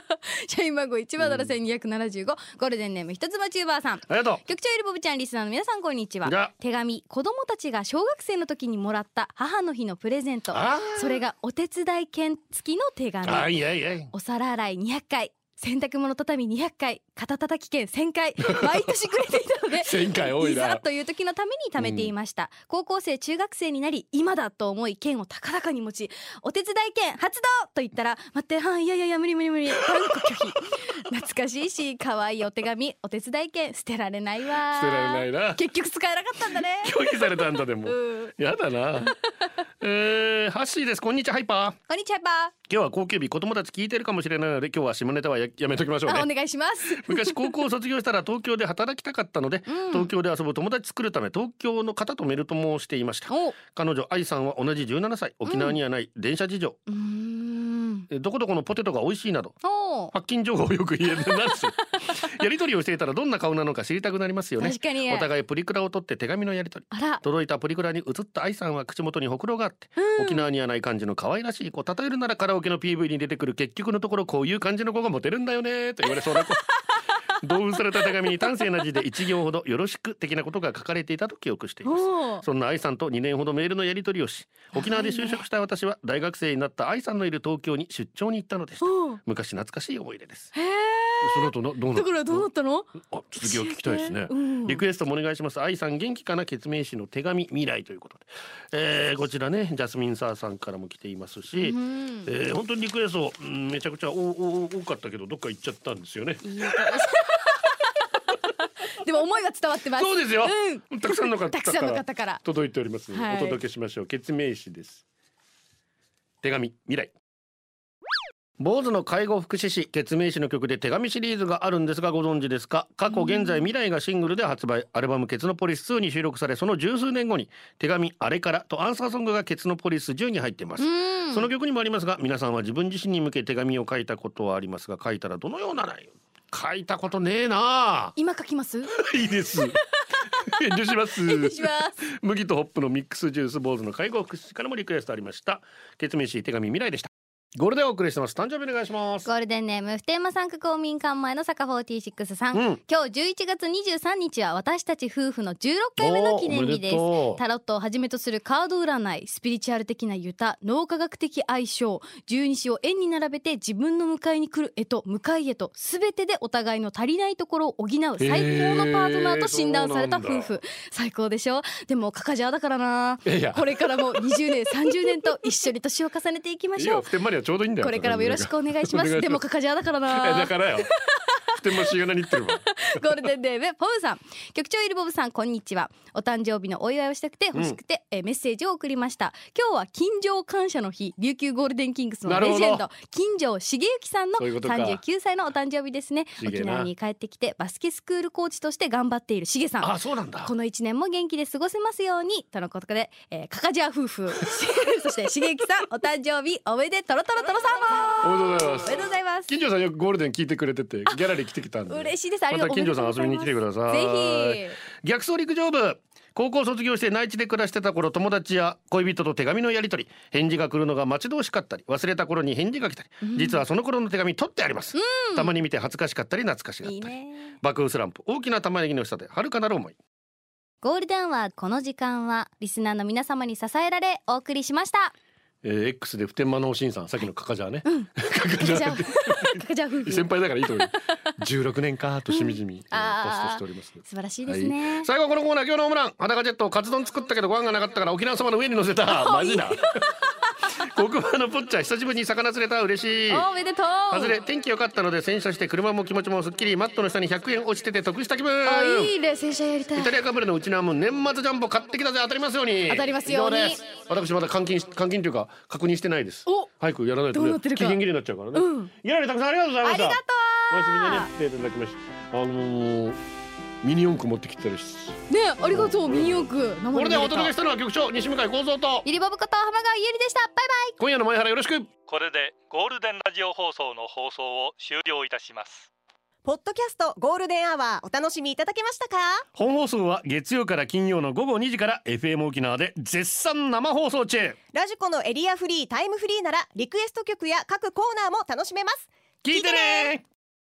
Speaker 2: 社員番号1番7 1275、ゴールデンネーム一つまチューバーさん
Speaker 1: ありがとう
Speaker 2: 局長ゆるぼぶちゃんリスナーの皆さんこんに (laughs) ちは
Speaker 1: が
Speaker 2: 手紙子供たちが小学生の時にもらった母の日のプレゼント
Speaker 1: あ
Speaker 2: それがお手伝い券付きの手紙
Speaker 1: あいやいやい
Speaker 2: お皿洗い200回洗濯物畳み200回肩たたき券1000回
Speaker 1: (laughs)
Speaker 2: 毎年くれていたので
Speaker 1: 1000回多い
Speaker 2: い
Speaker 1: な
Speaker 2: ざという時のために貯めていました、高校生中学生になり今だと思い券を高々に持ちお手伝い券発動と言ったら待ってはいいやいやいや無理無理無理断固拒否懐かしいし可愛いお手紙お手伝い券捨てられないわ
Speaker 1: 捨てられないな
Speaker 2: 結局使えなかったんだね
Speaker 1: (laughs) 拒否されたんだ
Speaker 2: (laughs)
Speaker 1: でも、やだなえー、ハッシーですこんにちはハイパー
Speaker 2: こんにちはパ
Speaker 1: 今日は高級日子供たち聞いてるかもしれないので今日は下ネタはややめときましょう
Speaker 2: ー、
Speaker 1: ね
Speaker 2: あお願いします
Speaker 1: 昔高校を卒業したら東京で働きたかったので、東京で遊ぶ友達作るため東京の方とメルトモをしていました
Speaker 2: おう
Speaker 1: 彼女愛さんは同じ17歳沖縄にはない電車事情、
Speaker 2: ーん
Speaker 1: えどこどこのポテトが美味しいなど
Speaker 2: おう
Speaker 1: 発金情報をよく言えるなん
Speaker 2: (laughs)
Speaker 1: ですよやり取りをしていたらどんな顔なのか知りたくなりますよね
Speaker 2: 確かに
Speaker 1: お互いプリクラを取って手紙のやり取り
Speaker 2: あら
Speaker 1: 届いたプリクラに映った愛さんは口元にほくろがあって、沖縄にはない感じの可愛らしい子例えるならカラオケの PV に出てくる結局のところこういう感じの子がモテるんだよねと言われそうな子同封された手紙に端正な字で一行ほど「よろしく」的なことが書かれていたと記憶しています
Speaker 2: おう
Speaker 1: そんな愛さんと2年ほどメールのやり取りをし沖縄で就職した私は大学生になった愛さんのいる東京に出張に行ったのでした
Speaker 2: おう
Speaker 1: 昔懐かしい思い出です
Speaker 2: へえ
Speaker 1: その後などうな
Speaker 3: だからどうなったの？
Speaker 1: あ続きを聞きたいですね、
Speaker 3: うん
Speaker 1: リクエストもお願いします愛さん元気かな決命誌の手紙未来ということで、えーこちらねジャスミンサーさんからも来ていますし、えー本当にリクエスト、うんめちゃくちゃおお多かったけどどっか行っちゃったんですよね
Speaker 3: でも思いは伝わってます。
Speaker 1: そうですよ、
Speaker 3: うん
Speaker 1: たくさんの方
Speaker 3: たくさんの方から
Speaker 1: 届いております、
Speaker 3: はい
Speaker 1: お届けしましょう決命誌です手紙未来坊主の介護福祉士決命誌の曲で手紙シリーズがあるんですがご存知ですか過去現在未来がシングルで発売アルバム「ケツのポリス2」に収録されその十数年後に「手紙あれから」とアンサーソングが「ケツのポリス10」に入っていますその曲にもありますが皆さんは自分自身に向け手紙を書いたことはありますが書いたらどのような内容書いたことねえなあ
Speaker 3: 今書きます？
Speaker 1: (laughs) いい (laughs) です。遠慮します。
Speaker 3: 失礼します。
Speaker 1: 麦とホップのミックスジュース坊主の介護福祉からもリクエストありました。決命し手紙未来でした。ゴールデンをお送りしてます。誕生日お願いします。
Speaker 2: ゴールデンネーム普天間産区公民館前の坂46さん、
Speaker 1: うん
Speaker 2: 今日11月23日は私たち夫婦の16回目
Speaker 1: お
Speaker 2: の
Speaker 1: ー
Speaker 2: 記念日です
Speaker 1: おめでとう
Speaker 2: タロットをはじめとするカード占いスピリチュアル的なユタ脳科学的相性十二支を円に並べて自分の迎えに来る絵と向かい絵と全てでお互いの足りないところを補う最高のパートナーと診断された
Speaker 1: へ
Speaker 2: 夫
Speaker 1: ーそう
Speaker 2: 婦最高でしょでもカカジャーだからない
Speaker 1: やいや
Speaker 2: これからも20年30年と一緒に年を重ねていきま
Speaker 1: い
Speaker 2: しょ
Speaker 1: や、
Speaker 2: う
Speaker 1: 普天間にはちょうどいいんだよ。
Speaker 2: これからもよろしくお願いしま
Speaker 1: お
Speaker 2: す。でも、カカジャだから
Speaker 1: い (laughs) やだ
Speaker 2: な。
Speaker 1: からよ。普天間しがなに言ってるわ。
Speaker 2: ゴールデンデーブ、ポムさん。局長イルボブさん、こんにちは。お誕生日のお祝いをしたくて、欲しくて、えーメッセージを送りました。今日は、近所感謝の日、琉球ゴールデンキングスのレ
Speaker 1: な
Speaker 2: ジ
Speaker 1: る
Speaker 2: ェ
Speaker 1: ほ
Speaker 2: ン
Speaker 1: ど
Speaker 2: ド、金城茂之さんの
Speaker 1: そういうことか
Speaker 2: 39歳のお誕生日ですね。
Speaker 1: 茂な
Speaker 2: 沖縄に帰ってきて、バスケスクールコーチとして頑張っている茂さん。
Speaker 1: あ、そうなんだ
Speaker 2: こ。の一年も元気で過ごせますようにとのことで、えー、カカジャ夫婦 (laughs) そして茂木さんお誕生日おめでとろとろとろさ
Speaker 1: お
Speaker 2: んも
Speaker 1: めでとうご
Speaker 2: お
Speaker 1: ざ
Speaker 2: め
Speaker 1: い
Speaker 2: で
Speaker 1: ます
Speaker 2: とうご。ざいます
Speaker 1: 金城さんよくゴールデン聞いてくれててギャラリー来てきたんで。
Speaker 2: 嬉しいですありが
Speaker 1: ま
Speaker 2: と
Speaker 1: た
Speaker 2: うござ
Speaker 1: 金
Speaker 2: い
Speaker 1: 城
Speaker 2: ます
Speaker 1: さん遊びに来てください。
Speaker 2: ぜ
Speaker 1: 逆走陸上部高校卒業して内地で暮らしてた頃友達や恋人と手紙のやり取り返事が来るのが待ち遠しかったり忘れた頃に返事が来たり、実はその頃の手紙取ってあります、たまに見て恥ずかしかったり懐かし
Speaker 2: ひ
Speaker 1: かったり
Speaker 2: いいね
Speaker 1: 爆風スランプ大きな玉ねぎの下で遥かなる思い
Speaker 2: ゴールデンはこの時間はリスナーの皆様に支えられお送りしました
Speaker 1: えー、X で普天間のおしんさんさっきのカカジャーね、カカ
Speaker 2: カ
Speaker 1: ジ
Speaker 2: カ
Speaker 1: ャ
Speaker 2: ジ
Speaker 1: ー
Speaker 2: ャ夫カカジャ夫
Speaker 1: (laughs)
Speaker 2: 婦
Speaker 1: 先
Speaker 2: 素
Speaker 1: 輩だからいいと
Speaker 2: (laughs)
Speaker 1: 思う16年かとしみじみ、えーポスト
Speaker 2: あー
Speaker 1: しております
Speaker 2: 晴らしいですね、
Speaker 1: 最後はこのコーナー今日のホームラン裸ジェットをカツ丼作ったけどご飯がなかったから沖縄そばの上に乗せたマジだ黒板のポッチャ久しぶりに魚釣れた嬉しい
Speaker 2: おめでとう
Speaker 1: 外れ天気良かったので洗車して車も気持ちもすっきりマットの下に100円落ちてて得した気分
Speaker 2: あいいね洗車やりたい
Speaker 1: イタリアカブレのうちなも年末ジャンボ買ってきたぜ当たりますように
Speaker 2: 当たりますように
Speaker 1: 以上です私まだ換金し換金というか確認してないです
Speaker 2: お
Speaker 1: 早くやらないと
Speaker 2: どう
Speaker 1: ね
Speaker 2: なってるか
Speaker 1: 期限切れになっちゃうからね、
Speaker 2: うん
Speaker 1: ギャラリーたくさんありがとうございました
Speaker 2: ありがとう
Speaker 1: お休みでね来ていただきましたあのーミニ四駆持ってきてたりし
Speaker 2: ねありがとうミニ四駆生
Speaker 1: これで
Speaker 2: で見
Speaker 1: お
Speaker 2: れ
Speaker 1: 届け
Speaker 2: た
Speaker 1: したのは局長西向井光三と
Speaker 2: ゆりぼぶこと浜川ゆりでしたバイバイ
Speaker 1: 今夜の前原よろしく
Speaker 5: これでゴールデンラジオ放送の放送を終了いたします
Speaker 6: ポッドキャストゴールデンアワーお楽しみいただけましたか
Speaker 1: 本放送は月曜から金曜の午後2時から FM 沖縄で絶賛生放送中
Speaker 6: ラジコのエリアフリータイムフリーならリクエスト曲や各コーナーも楽しめます
Speaker 1: 聞いてね